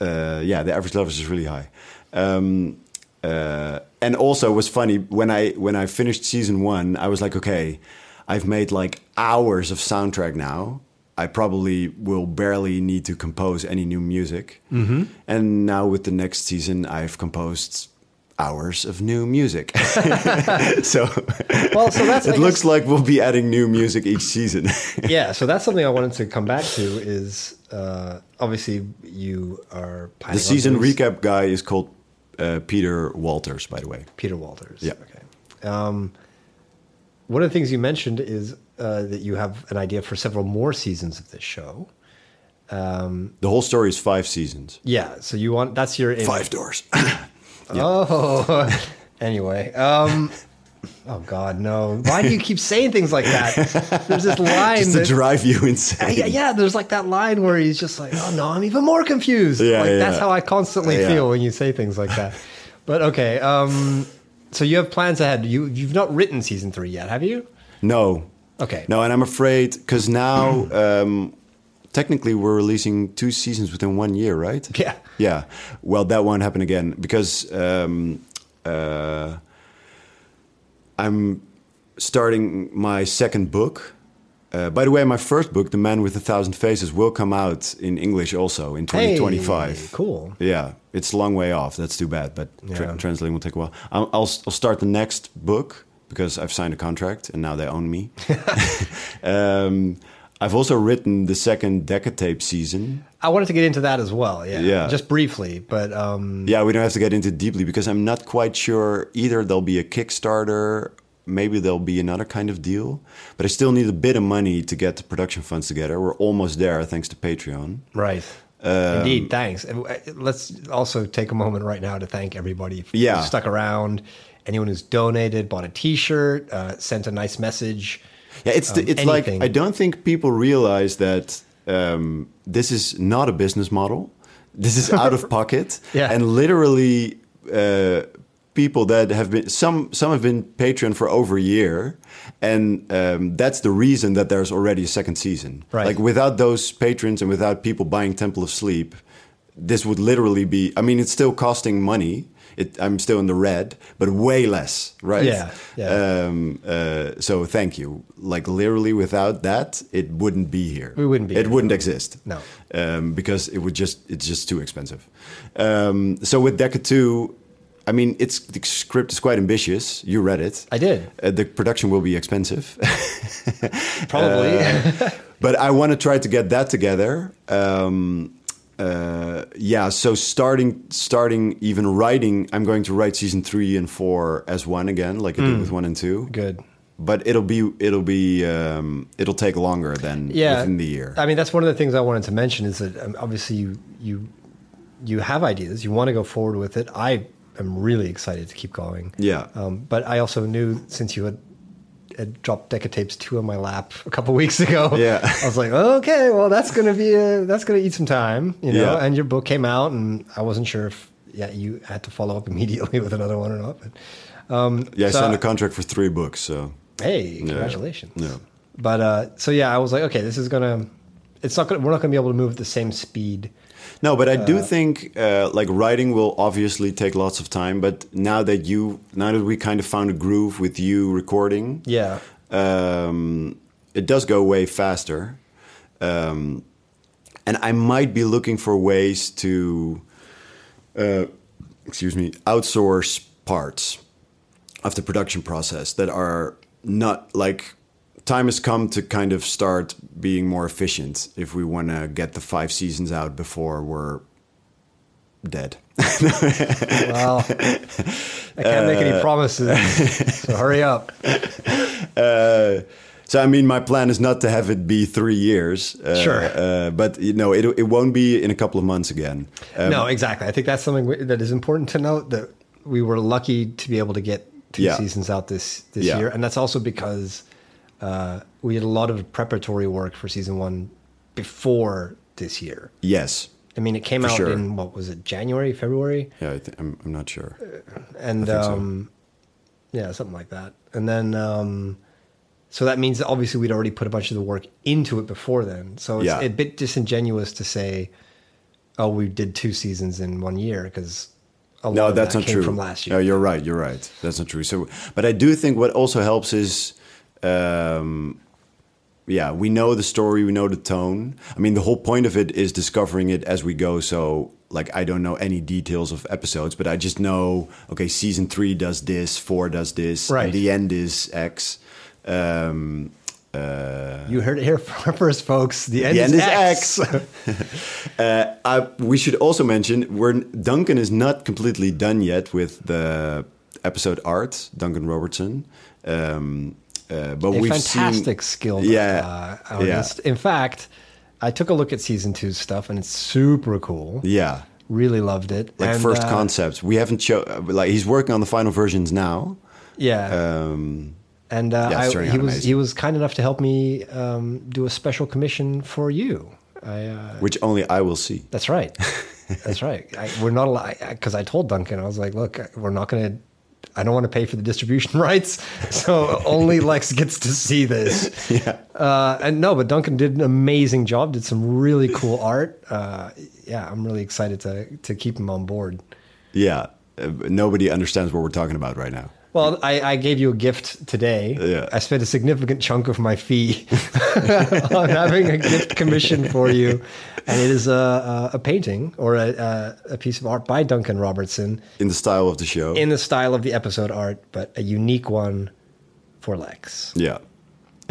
uh, yeah, the average level is really high. Um, uh, and also, it was funny when I when I finished season one, I was like, okay, I've made like hours of soundtrack now. I probably will barely need to compose any new music. Mm-hmm. And now with the next season, I've composed hours of new music. so Well, so that's it I guess- looks like we'll be adding new music each season. yeah, so that's something I wanted to come back to is uh, obviously you are The pining on season those- recap guy is called uh, Peter Walters, by the way. Peter Walters. Yeah. Okay. Um, one of the things you mentioned is uh, that you have an idea for several more seasons of this show. The whole story is five seasons. Yeah, so you want that's your aim. Five doors. Oh, anyway. Um, oh God, no! Why do you keep saying things like that? There's this line Just to that, drive you insane. yeah, yeah. There's like that line where he's just like, "Oh no, I'm even more confused." Yeah, like yeah, that's yeah. how I constantly Yeah. feel when you say things like that. But okay, um, so you have plans ahead. You you've not written season three yet, have you? No. Okay. No, and I'm afraid because now um, technically we're releasing two seasons within one year, right? Yeah. Yeah. Well, that won't happen again because um, uh, I'm starting my second book. Uh, by the way, my first book, The Man with a Thousand Faces, will come out in English also in 2025. Hey, cool. Yeah, it's a long way off. That's too bad, but tra- Yeah. translating will take a while. I'll, I'll, s- I'll start the next book because I've signed a contract and now they own me. um, I've also written the second Decatape season. I wanted to get into that as well. Yeah, Yeah. Just briefly, but um, Yeah, we don't have to get into it deeply because I'm not quite sure either there'll be a Kickstarter, maybe there'll be another kind of deal, but I still need a bit of money to get the production funds together. We're almost there thanks to Patreon. right. Uh, Indeed, thanks. And, uh, Let's also take a moment right now to thank everybody who Yeah. stuck around, anyone who's donated, bought a T-shirt, uh, sent a nice message. Yeah, it's the, um, it's anything. like I don't think people realize that um, this is not a business model. This is out of pocket, Yeah. and literally uh, people that have been some some have been Patreon for over a year, and um, that's the reason that there's already a second season. Right. Like without those patrons and without people buying Temple of Sleep, this would literally be. I mean, it's still costing money. It, I'm still in the red, but way less, right? Yeah, yeah. Um, uh, so thank you. Like literally, without that, it wouldn't be here. We wouldn't be It here. wouldn't exist. No. um, because it would just it's just too expensive. Um, so with Deca two, I mean, it's the script is quite ambitious. You read it. I did. Uh, the production will be expensive. Probably. uh, but I want to try to get that together. Um, uh, yeah, so starting starting even writing, I'm going to write season three and four as one again, like I did with one and two. Hmm. Good. but it'll be it'll be um, it'll take longer than yeah, within the year. I mean, that's one of the things I wanted to mention is that um, obviously you you you have ideas, you want to go forward with it. I am really excited to keep going. Yeah. Um, but I also knew since you had, had dropped Decatapes two on my lap a couple weeks ago. Yeah. I was like, okay, well, that's gonna be a, that's gonna eat some time, you know. Yeah. And your book came out, and I wasn't sure if yeah you had to follow up immediately with another one or not. But yeah, I so- signed a contract for three books, so hey, congratulations. yeah. But uh, so yeah, I was like, okay, this is gonna. It's not gonna. We're not gonna be able to move at the same speed. No, but I do think uh, like writing will obviously take lots of time. But now that you, now that we kind of found a groove with you recording, Yeah. um, it does go way faster. Um, and I might be looking for ways to, uh, excuse me, outsource parts of the production process that are not like time has come to kind of start being more efficient if we want to get the five seasons out before we're dead. Well, I can't make Uh, any promises. So hurry up. Uh, So I mean, my plan is not to have it be three years. Uh, Sure. uh, but you know, it it won't be in a couple of months again. Um, no, exactly. I think that's something we, that is important to note that we were lucky to be able to get two Yeah. seasons out this this Yeah. year, and that's also because uh, we did a lot of preparatory work for season one before this year. Yes. I mean, it came For out sure. in what was it, January, February, Yeah, I th- I'm I'm not Uh, sure. and think so. um, yeah, something like that. And then um, so that means that obviously we'd already put a bunch of the work into it before then. So it's Yeah. a bit disingenuous to say, "Oh, we did two seasons in one year," because a lot No, of that's that not came true. from last No, year. you're right. You're right. That's not true. So, but I do think what also helps is, um, yeah, we know the story, we know the tone. I mean, the whole point of it is discovering it as we go. So, like, I don't know any details of episodes, but I just know, okay, season three does this, four does this, Right. and the end is X. Um, You heard it here first, folks. The end, The is, end X. is I, we should also mention we're Duncan is not completely done yet with the episode art. Duncan Robertson, um, uh, but a we've fantastic seen, skilled Yeah, uh, artist. In fact, I took a look at season two stuff, and it's super cool. yeah, Really loved it. like And, first uh, concepts. We haven't show like he's working on the final versions now. Yeah. Um, and uh, Yeah, it's I- turning he out was amazing. he was kind enough to help me um, do a special commission for you. I, uh, which only I will see. that's right. That's right. I, we're not allowed because I told Duncan I was like, look, we're not going to. I don't want to pay for the distribution rights, so only Lex gets to see this. Yeah. Uh, and no, but Duncan did an amazing job. Did some really cool art. Uh, yeah, I'm really excited to to keep him on board. Yeah, uh, nobody understands what we're talking about right now. Well, I, I gave you a gift today. Yeah. I spent a significant chunk of my fee on having a gift commission for you, and it is a, a, a painting or a, a, a piece of art by Duncan Robertson In the style of the show. in the style of the episode art, but a unique one for Lex. yeah,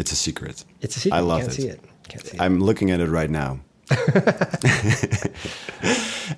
it's a secret. It's a secret. I love Can't it. see it. Can't see it. I'm looking at it right now.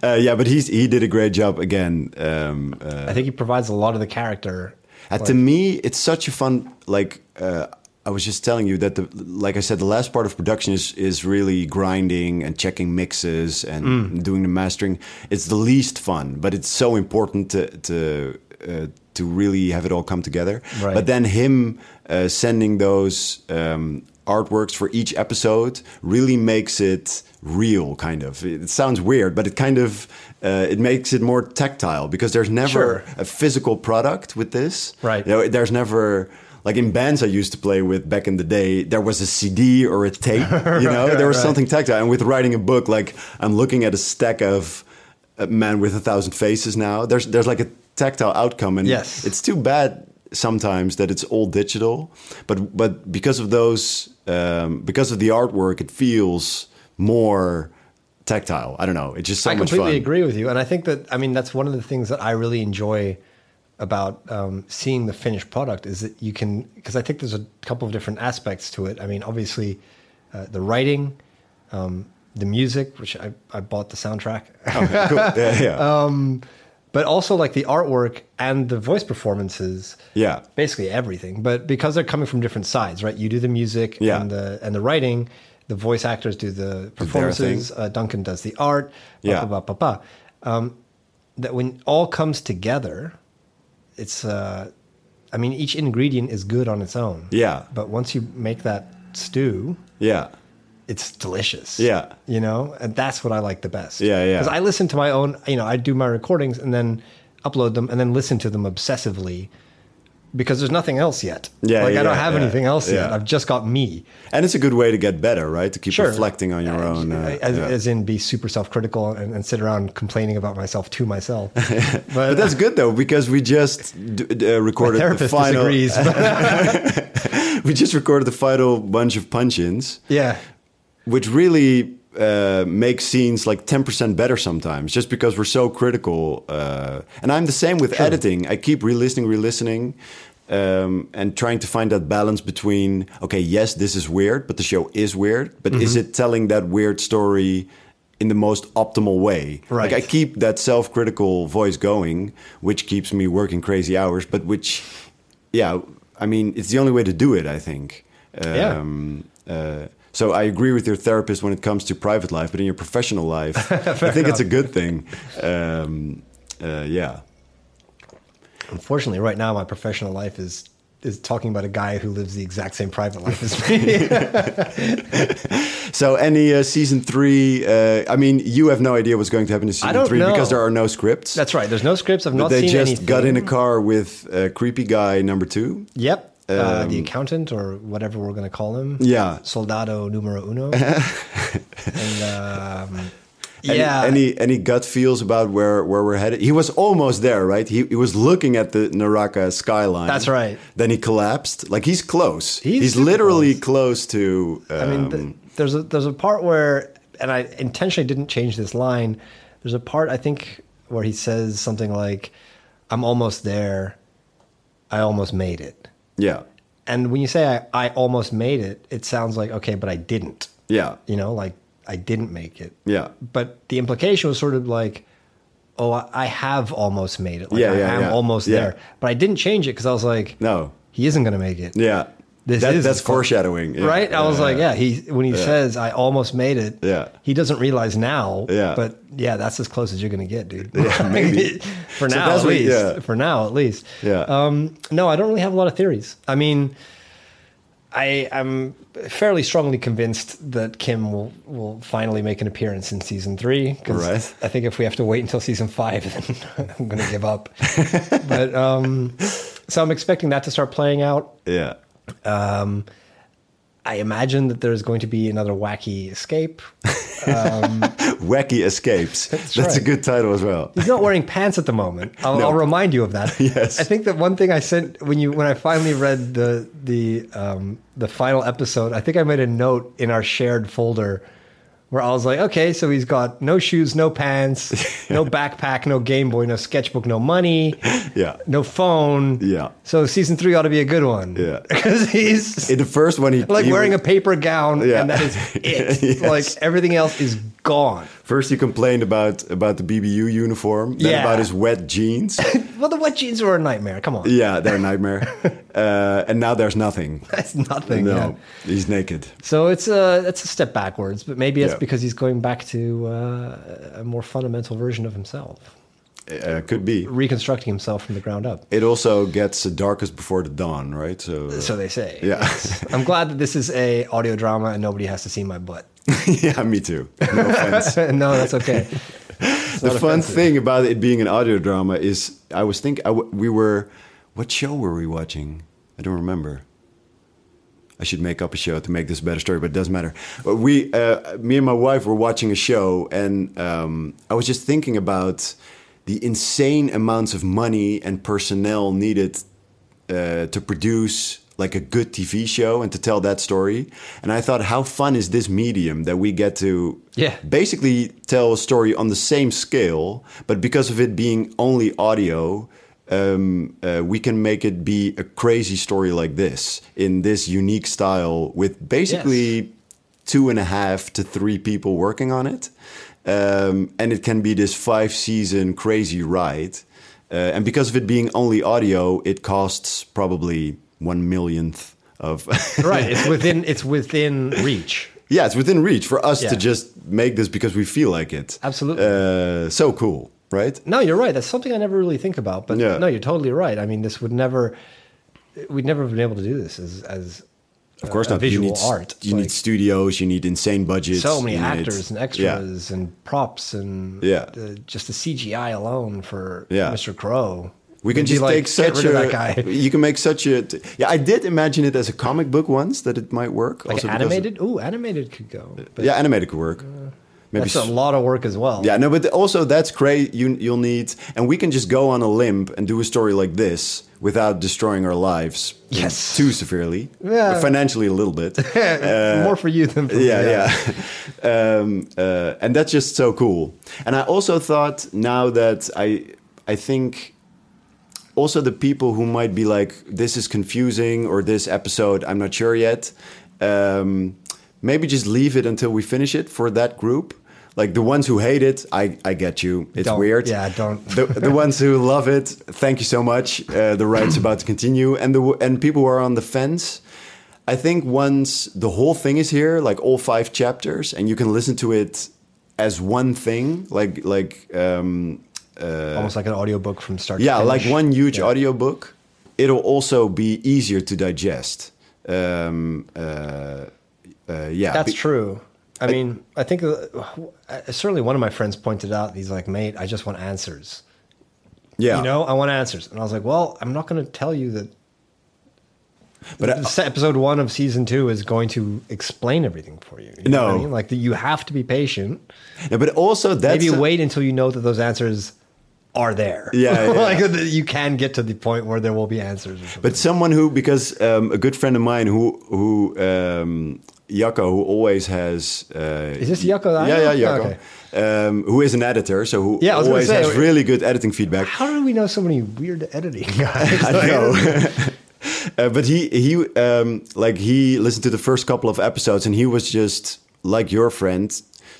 uh, yeah, but he's he did a great job again. Um, uh, I think he provides a lot of the character. uh, to me, it's such a fun like. Uh, I was just telling you that the like I said, the last part of production is is really grinding and checking mixes and Mm. doing the mastering. It's the least fun, but it's so important to to uh, to really have it all come together. Right. But then him uh, sending those um, artworks for each episode really makes it real kind of it sounds weird but it kind of uh, it makes it more tactile because there's never Sure. a physical product with this Right. You know, there's never like in bands I used to play with back in the day, there was a CD or a tape. You know, there was right. something tactile. And with writing a book, like I'm looking at a stack of a man with a thousand faces now. There's there's like a tactile outcome, and Yes. it's too bad sometimes that it's all digital. But but because of those, um, because of the artwork, it feels more tactile. I don't know. It's just so I much completely fun. agree with you, and I think that I mean that's one of the things that I really enjoy about um, seeing the finished product is that you can because I think there's a couple of different aspects to it. I mean, obviously, uh, the writing, um, the music, which I, I bought the soundtrack, Yeah, yeah. Um, but also like the artwork and the voice performances. yeah. basically everything. But because they're coming from different sides, right? You do the music Yeah. and the and the writing. The voice actors do the performances. Uh, Duncan does the art. Ba, Yeah. ba, ba, ba, ba. Um, that when it all comes together, it's. Uh, I mean, each ingredient is good on its own. Yeah. But once you make that stew, Yeah. it's delicious. Yeah. You know, and that's what I like the best. Yeah, yeah. Because I listen to my own, you know, I do my recordings and then upload them and then listen to them obsessively because there's nothing else yet. Yeah, like I don't yeah, have yeah, anything else yet. yeah. I've just got me. And it's a good way to get better, right? To keep Sure. reflecting on your own. Uh, as, yeah. as in be super self-critical and, and sit around complaining about myself to myself. but that's good though because we just d- d- uh, recorded the therapist final. disagrees. we just recorded the final bunch of punch-ins, yeah, which really uh, makes scenes like ten percent better sometimes, just because we're so critical. Uh, and I'm the same with editing. I keep re-listening, re-listening. Um, and trying to find that balance between okay, yes, this is weird, but the show is weird. But is it telling that weird story in the most optimal way? Like Right. I keep that self-critical voice going, which keeps me working crazy hours, but which, yeah, I mean, it's the only way to do it. I think. Yeah. Uh, so I agree with your therapist when it comes to private life, but in your professional life, I think it's a good thing. Um, uh, yeah. Unfortunately, right now my professional life is is talking about a guy who lives the exact same private life as me. So any uh, season three? Uh, I mean, you have no idea what's going to happen in season I don't three know. because there are no scripts. That's right. There's no scripts. I've But not they seen just anything. got in a car with uh, creepy guy number two. Yep. uh, the accountant, or whatever we're going to call him. Um, Yeah. Soldado numero uno. and, um, Any, yeah. Any any gut feels about where where we're headed? He was almost there, right? He, he was looking at the Naraka skyline. That's right. Then he collapsed. Like he's close. He's He's, super literally close, to. Um, I mean, th- there's a there's a part where, and I intentionally didn't change this line. There's a part I think where he says something like, "I'm almost there. I almost made it." yeah, And when you say I, I almost made it, it sounds like okay, but I didn't. yeah, You know, like I didn't make it. yeah. But the implication was sort of like, oh, I, I have almost made it. Like, Yeah, I yeah, am yeah. almost Yeah. there. But I didn't change it because I was like, No, he isn't going to make it. yeah. This That- is that's the cul- foreshadowing, yeah. right? I was like, yeah. He when he says, "I almost made it," Yeah. he doesn't realize now. Yeah. but yeah, that's as close as you're going to get, dude. maybe. for So now, that's at what- least. yeah. For now, at least. Yeah. Um, no, I don't really have a lot of theories. I mean, I am fairly strongly convinced that Kim will will finally make an appearance in season three. 'cause Right. I think if we have to wait until season five, then I'm going to give up. but um, so I'm expecting that to start playing out. yeah, I imagine that there's going to be another wacky escape. Wacky escapes. that's a right. good title as well. He's not wearing pants at the moment. I'll, I'll remind you of that. Yes. I think that one thing I sent when you when I finally read the the um, the final episode, I think I made a note in our shared folder where I was like, okay, so he's got no shoes, no pants, no backpack, no Game Boy, no sketchbook, no money, Yeah. no phone. Yeah. So season three ought to be a good one. Yeah. Because he's In the first one, he like he wearing wa- a paper gown, Yeah. and that is it. Yes. Like everything else is gone. First, he complained about about the BBU uniform, then Yeah. about his wet jeans. Well, the wet jeans were a nightmare. Come on, yeah, they're a nightmare. uh, and now there's nothing. that's nothing. no, yeah. he's naked. So it's a it's a step backwards, but maybe it's Yeah. because he's going back to uh, a more fundamental version of himself, Uh, could be. reconstructing himself from the ground up. It also gets the darkest before the dawn, right? So, So they say. Yeah. Yes. I'm glad that this is a audio drama and nobody has to see my butt. yeah, me too. No offense. no, that's okay. It's the not fun offensive. thing about it being an audio drama is, I was thinking, I w- we were, what show were we watching? I don't remember. I should make up a show to make this a better story, but it doesn't matter. But we, uh, me and my wife, were watching a show, and um, I was just thinking about the insane amounts of money and personnel needed uh, to produce like a good TV show and to tell that story. And I thought, how fun is this medium that we get to Yeah. basically tell a story on the same scale, but because of it being only audio, um, uh, we can make it be a crazy story like this in this unique style with basically two and a half to three people working on it. Um, and it can be this five season crazy ride. Uh, and because of it being only audio, it costs probably one millionth of. right? It's within it's within reach. yeah, it's within reach for us to Yeah. just make this because we feel like it. Absolutely. Uh, so cool, right? No, you're right. That's something I never really think about. But Yeah. no, you're totally right. I mean, this would never, we'd never have been able to do this as as Of course uh, not. visual you need, s- art. You Like, need studios, you need insane budgets. so many you need- actors and Yeah. extras and uh, props and Yeah. the, just the CGI alone for Yeah. Mr. Crow We can Be just like, take "Get such rid of a. that guy." You can make such a. T- yeah, I did imagine it as a comic book once that it might work. Like also because- animated? Ooh, animated could go. But yeah, animated could work. Maybe that's s- a lot of work as well. Yeah, no, but also that's great. You you'll need, and we can just go on a limb and do a story like this without destroying our lives. Yes. too severely. Yeah. But financially a little bit. Uh, More for you than for me. yeah, yeah. um, uh, and that's just so cool. And I also thought now that I I think also the people who might be like this is confusing or this episode I'm not sure yet. Um, maybe just leave it until we finish it for that group. Like the ones who hate it, I, I get you. It's Don't- weird. yeah, don't. The, the ones who love it, thank you so much. Uh, the ride's about to continue, and the and people who are on the fence. I think once the whole thing is here, like all five chapters, and you can listen to it as one thing, like like um, Almost like an audiobook from start yeah, to like finish. one huge audiobook, it'll also be easier to digest. Um, uh, uh, yeah, That's be- true. I mean, I think uh, uh, certainly one of my friends pointed out, he's like, mate, I just want answers. Yeah, You know, I want answers. And I was like, well, I'm not going to tell you that but uh, I- se- episode one of season two is going to explain everything for you. You know what I No. mean? Like, you have to be patient. yeah, but also that's Maybe a- wait until you know that those answers are there. Yeah, yeah. like that you can get to the point where there will be answers. or something. But someone who, because um, a good friend of mine who who um, Jacco, who always has uh, Is this Jacco that I know? Yeah, yeah, Jacco, Okay. um, who is an editor, so who Yeah, I was gonna always say, has really good editing feedback. how do we know so many weird editing guys? I know. Uh, but he he um, like he listened to the first couple of episodes and he was just like your friend,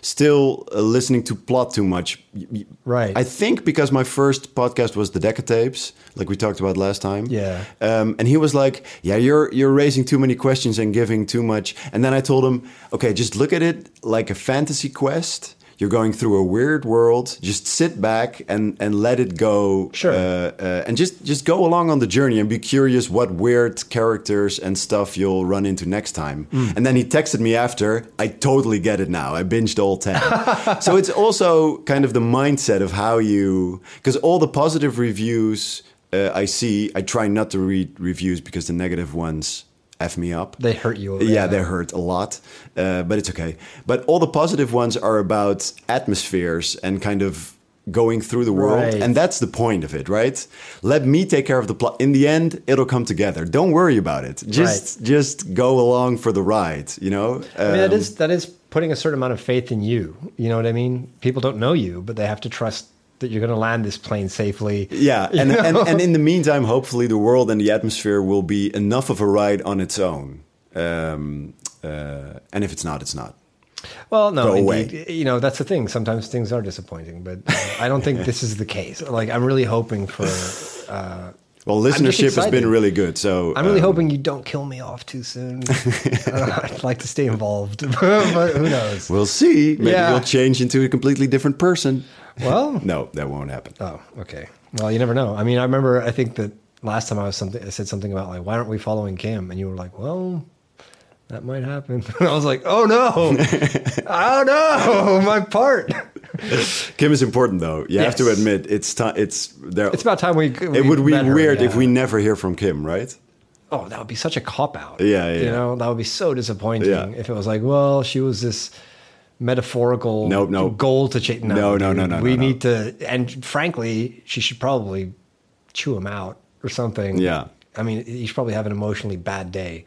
still uh, listening to plot too much. Y- y- Right. I think because my first podcast was the Decca Tapes, like we talked about last time. Yeah. Um, and he was like, "Yeah, you're you're raising too many questions and giving too much." And then I told him, "Okay, just look at it like a fantasy quest." You're going through a weird world. Just sit back and, and let it go Sure. uh, uh, and just just go along on the journey and be curious what weird characters and stuff you'll run into next time. And then he texted me after, I totally get it now. I binged all 10. so it's also kind of the mindset of how you because all the positive reviews uh, I see, I try not to read reviews because the negative ones F me up. They hurt you. Yeah, they hurt a lot, uh, but it's okay. But all the positive ones are about atmospheres and kind of going through the world, Right. and that's the point of it, right? Let me take care of the plot. In the end, it'll come together. Don't worry about it. Just just go along for the ride. You know. I mean, that Um, is that is putting a certain amount of faith in you. You know what I mean? People don't know you, but they have to trust that you're going to land this plane safely. Yeah, You and, and, know? and in the meantime, hopefully the world and the atmosphere will be enough of a ride on its own. Um, uh, and if it's not, it's not. well, no, go indeed. away. You know, that's the thing. Sometimes things are disappointing, but uh, I don't think this is the case. Like, I'm really hoping for. Uh, Well, just listenership has excited. been really good, so I'm really um, hoping you don't kill me off too soon. Uh, I'd like to stay involved, but who knows? We'll see. Maybe Yeah. you'll change into a completely different person. Well, No, that won't happen. Oh, okay. Well, you never know. I mean, I remember. I think that last time I was something. I said something about like, why aren't we following Kim? And you were like, well, that might happen. And I was like, oh no, oh no, my part. Kim is important, though. You have to Yes. admit, it's time. It's there. It's about time we. It would be weird if we never hear from Kim, right? Oh, that would be such a cop out. Yeah, You yeah. know, that would be so disappointing Yeah. if it was like, well, she was this metaphorical Nope, nope. goal to chase. No, no, dude, no, no, We no, no. need to, and frankly, she should probably chew him out or something. Yeah. I mean, you should probably have an emotionally bad day.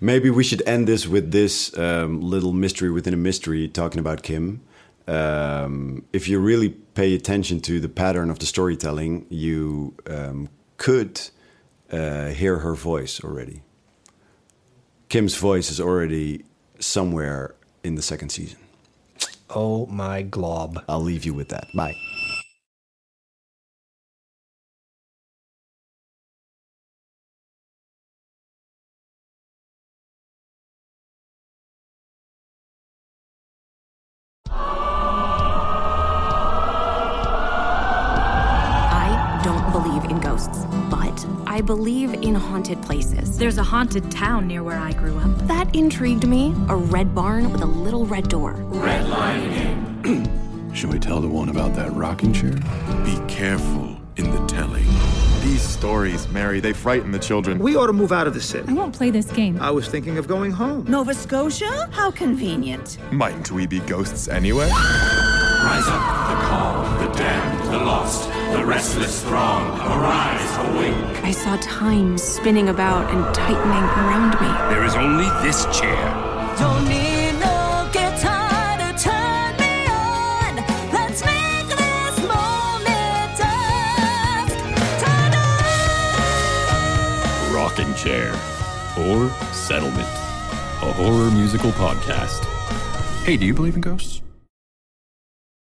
Maybe we should end this with this um, little mystery within a mystery, talking about Kim. Um, if you really pay attention to the pattern of the storytelling, you um, could uh, hear her voice already. Kim's voice is already somewhere in the second season. Oh my glob. I'll leave you with that. Bye. I don't believe in ghosts, but I believe in haunted places. There's a haunted town near where I grew up. That intrigued me. A red barn with a little red door. Should we tell the one about that rocking chair? Be careful in the telling. These stories, Mary, they frighten the children. We ought to move out of the city. I won't play this game. I was thinking of going home. Nova Scotia? How convenient. Mightn't we be ghosts anyway? Rise up, the call, the damned, the lost, the restless throng. Arise, awake. I saw time spinning about and tightening around me. There is only this chair. Don't need no guitar to turn me on. Let's make this moment dust. Rocking Chair or Settlement, a horror musical podcast. Hey, do you believe in ghosts?